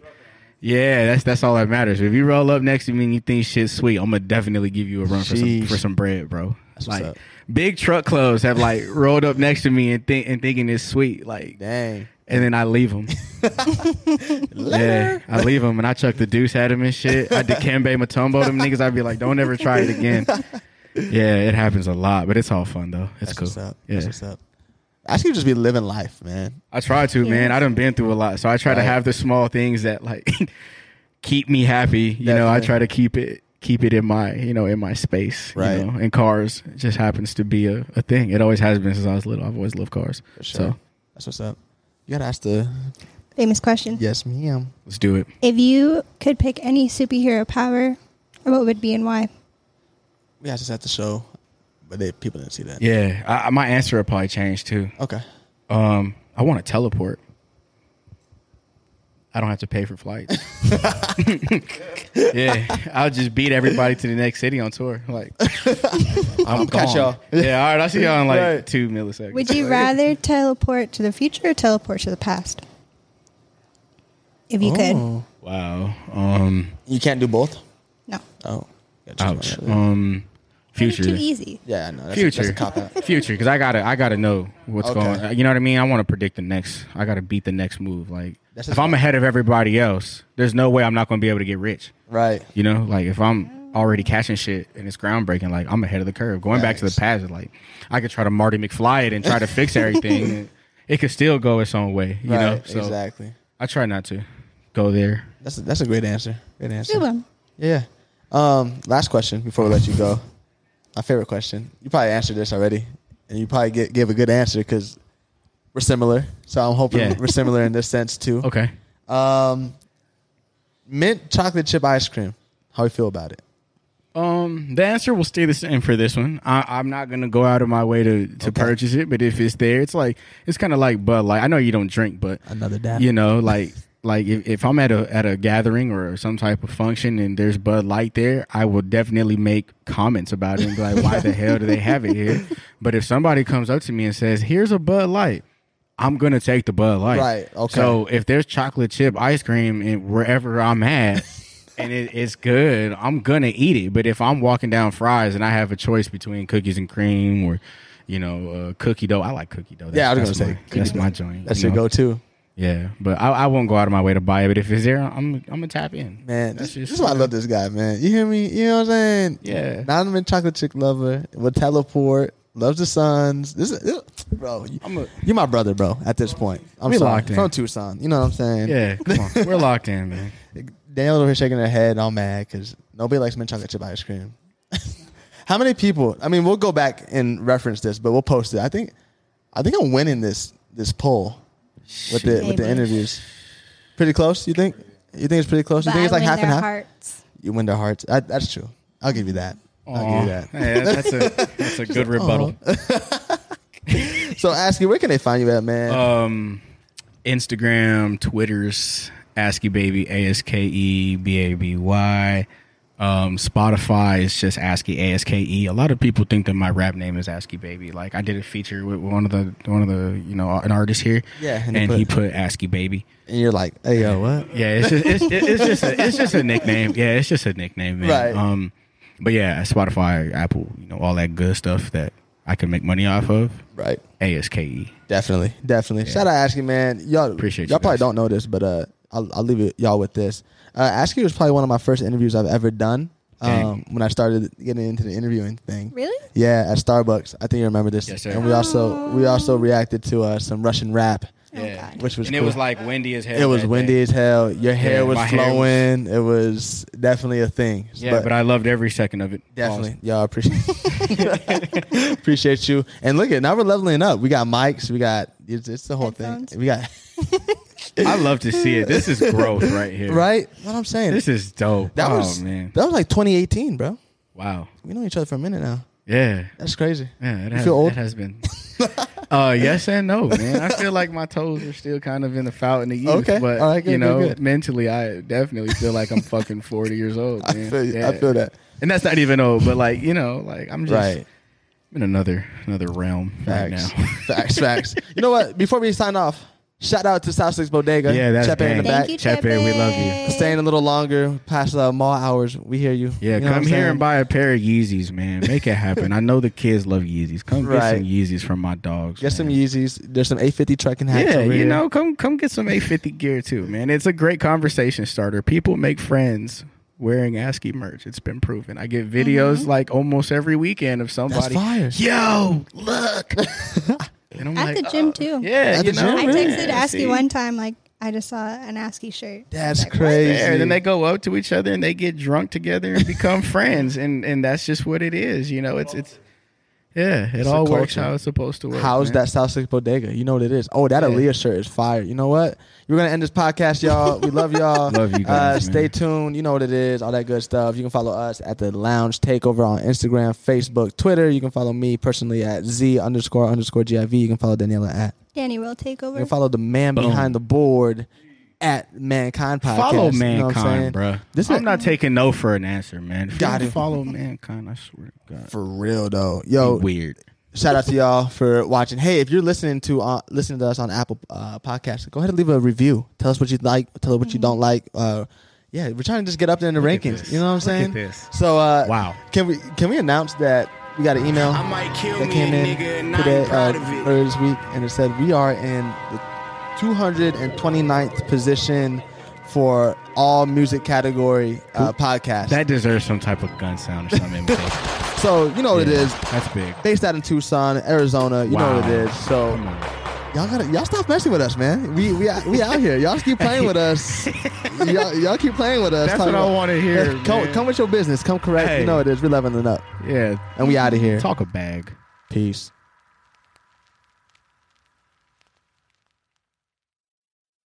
yeah, that's that's all that matters. If you roll up next to me and you think shit's sweet, I'm gonna definitely give you a run for some
Sheesh.
for some bread, bro.
what's
Like
up.
big truck clubs have like rolled up next to me and think and thinking it's sweet. Like
Dang.
and then I leave him. yeah, I leave him and I chuck the deuce at him and shit. I dikembe matumbo them niggas. I'd be like, don't ever try it again. Yeah, it happens a lot, but it's all fun though. It's
That's
cool.
what's up.
Yeah,
That's what's up. I should just be living life, man.
I try to, man. I done been through a lot, so I try to
Right.
have the small things that like keep me happy. You know, I
Definitely.
try to keep it keep it in my you know in my space.
Right.
You know, and cars just happens to be a, a thing. It always has been since I was little. I've always loved cars.
Sure.
So
That's what's up. You gotta ask the
Famous question.
yes, ma'am.
let's do it.
If you could pick any superhero power, what would it be and why?
We asked this at the show, but they, people didn't see that.
Yeah, I, I- my answer will probably change too.
Okay.
Um, I want to teleport. I don't have to pay for flights. yeah, I'll just beat everybody to the next city on tour. Like, I'm
catch
gone.
y'all.
Yeah, all right. I'll see y'all in like
Right.
two milliseconds.
Would you rather teleport to the future or teleport to the past? If you could.
Oh.
Wow. Um.
You can't do both.
No.
Oh. Gotta choose
Ouch.
one.
Um.
They're
Future.
Too easy.
Yeah, I know. That's,
Future.
That's a cop out.
Future, because I gotta, I gotta know what's
Okay.
going. on. You know what I mean? I want to predict the next. I gotta beat the next move. Like,
That's
if
just-
I'm ahead of everybody else, there's no way I'm not gonna be able to get rich.
Right.
You know, like if I'm already catching shit and it's groundbreaking, like I'm ahead of the curve. Going back to the
Facts.
past, is like I could try to Marty McFly it and try to fix everything. and it could still go its own way. You
right.
know, so
exactly.
I try not to go there.
That's a, that's a great answer. Great answer.
Good one.
Yeah. Um, last question before we let you go. My favorite question. You probably answered this already, and you probably get, gave a good answer because we're similar. So I'm hoping
Yeah.
we're similar in this sense too.
Okay,
Um, mint chocolate chip ice cream. How you feel about it?
um, the answer will stay the same for this one. I, I'm not gonna go out of my way to to purchase it, but if it's there, it's like it's kind of like Bud Light. I know you don't drink, but
Another dab.
You know, like like if, if I'm at a at a gathering or some type of function and there's Bud Light there, I will definitely make comments about it and be like, why the hell do they have it here? But if somebody comes up to me and says, here's a Bud Light. I'm gonna take the Bud Light.
Right, okay.
So if there's chocolate chip ice cream and wherever I'm at, and it, it's good, I'm gonna eat it. But if I'm walking down fries and I have a choice between cookies and cream or, you know, uh, cookie dough, I like cookie dough.
Yeah, I was
That's-
gonna say
that's my-
cookie
that's
dough.
my joint.
That's
you
your
know?
go-to,
Yeah, but I, I won't go out of my way to buy it. But if it's there, I'm I'm gonna tap in.
man. This, this
just-
is why I love this guy, man. You hear me? You know what I'm saying?
Yeah.
Not a mint chocolate chip lover. Will teleport. Loves the Suns. This, is bro, you,
I'm a-
you my brother, bro. At this point, I'm
We
sorry.
locked in.
from Tucson. You know what I'm saying?
Yeah, come on, we're locked in, man.
Daniel's over here shaking her head, all mad because nobody likes mint chocolate chip ice cream. How many people? I mean, we'll go back and reference this, but we'll post it. I think, I think I'm winning this this poll with the with the
Maybe.
interviews. Pretty close, you think? You think it's pretty close? You
But
think it's
I
like
win
half
their
and half?
hearts.
You win their hearts. I, that's true. I'll give you that. I'll give
Aw.
you that. uh-huh.
Yeah, that's a that's a good rebuttal.
So, Asky, where can they find you at, man?
Um, Instagram, Twitter's ASCII Baby, A S K E B A B Y. Um, Spotify is just ASCII, A S K E. A lot of people think that my rap name is ASCII Baby. Like I did a feature with one of the one of the you know an artist here.
Yeah,
and,
and he
he
put-
put ASCII Baby.
and you're like, hey, yo, Oh, what?
Yeah, it's just it's, it's just a, it's just a nickname. Yeah, it's just a nickname, man.
Right.
Um, but yeah, Spotify, Apple, you know, all that good stuff that I can make money off of.
Right.
ASKE. E.
Definitely, definitely. Shout out, Ashley, man. Y'all
Appreciate you
y'all probably
guys.
don't know this, but uh, I'll, I'll leave it, y'all with this. Uh, Ask You was probably one of my first interviews I've ever done. Um,
Dang.
when I started getting into the interviewing thing,
Really?
yeah, at Starbucks. I think you remember this.
Yes, sir.
And we also we also reacted to uh, some Russian rap,
Yeah.
Oh, God.
which was
and it
cool.
was like windy as hell.
it was
that
windy
day.
as hell. Your hair
Yeah,
was
my hair was-
flowing. It was definitely a thing.
Yeah, but, I loved every second of it.
Definitely. Y'all appreciate appreciate you. And look at now we're leveling up. We got mics. We got it's, it's the whole
Headphones.
thing. We got
Pause. I love to see it. This is growth right here.
right. What I'm saying.
This is dope.
that
oh
was
man.
that was like 2018, bro.
wow.
We know each other for a minute now.
Yeah.
That's crazy.
Yeah, it
you
has,
feel old?
it has been. uh, yes and no, man. I feel like my toes are still kind of in the fountain of youth.
Okay.
but
All right, good,
you
good,
know,
good.
mentally, I definitely feel like I'm fucking forty years old.
I
Man.
feel you. I
Yeah.
feel that.
and that's not even old, but like you know, like I'm just
Right.
in another another realm
Facts.
right now.
facts. Facts. You know what? Before we sign off, shout out to South Six Bodega.
Yeah, that's
Chepe in the
gang.
back.
Thank you,
Chepe,
Chepe.
we love you.
Staying a little longer past the mall hours. We hear you.
Yeah,
You know what
come
I'm
here
saying?
and buy a pair of Yeezys, man. Make it happen. I know the kids love Yeezys. Come
Right.
get some Yeezys from my dogs.
Get some
man.
Yeezys. There's some 850 trekking hats.
Yeah,
over
you
here.
know, come come get some 850 gear too, man. It's a great conversation starter. People make friends wearing ASCII merch. It's been proven. I get videos like almost every weekend of somebody.
Mm-hmm. fire.
Yo, look. and I'm "Oh,
At the gym, too.
Yeah,
At
you
the
know,
gym,
I
Oh, really?
texted
yeah,
ASCII
see?
one time, like, I just saw an ASCII shirt.
That's
Yeah,
crazy.
and then they go up to each other and they get drunk together and become friends, and and that's just what it is. You know, it's it's yeah, it
a
all works
culture.
how it's supposed to work.
How's
man.
that South Six Bodega? You know what it is. Oh, that Aaliyah shirt is fire. You know what? We're gonna end this podcast, y'all. We love y'all.
Love you
uh,
guys, man.
stay tuned. You know what it is. All that good stuff. You can follow us at the Lounge Takeover on Instagram, Facebook, Twitter. You can follow me personally at z underscore underscore giv. You can follow Daniela at.
Danny will take
You
over.
can follow the man
Boom.
behind the board at Mankind Podcast.
Follow
You know what I'm
mankind,
saying?
bro.
This
I'm
is-
not taking no for an answer, man. If
Got
you
it.
Follow mankind. I swear to God.
For real though, yo,
Weird.
shout out to y'all for watching. Hey, if you're listening to uh, listening to us on Apple uh, Podcasts, go ahead and leave a review. Tell us what you like. Tell us what you don't like. Uh, yeah, we're trying to just get up there in the
at
rankings.
this.
You know what I'm
Mm-hmm. Look
saying?
at this.
So uh,
Wow.
Can we can we announce that we got an email
I might kill
that
me
came
a
in
nigga and I ain't
today uh,
proud of it.
earlier this week, and it said we are in the 229th position for all music category uh, podcast.
That deserves some type of gun sound or something. Yeah,
so you know what Oh, it is.
That's big.
Based out in Tucson, Arizona, you know what
Wow. Hmm.
it is. So
Come on.
y'all gotta y'all stop messing with us, man. We we out- we out here. Y'all keep playing with us. Y'all, y'all keep playing with us.
That's
Talking
what I
about-
wanna hear,
Hey, Come,
man.
come with your business. Come correct. You
Hey. Hmm.
know it is. We're leveling it up,
Yeah.
and we out of here.
Talk a bag.
Peace.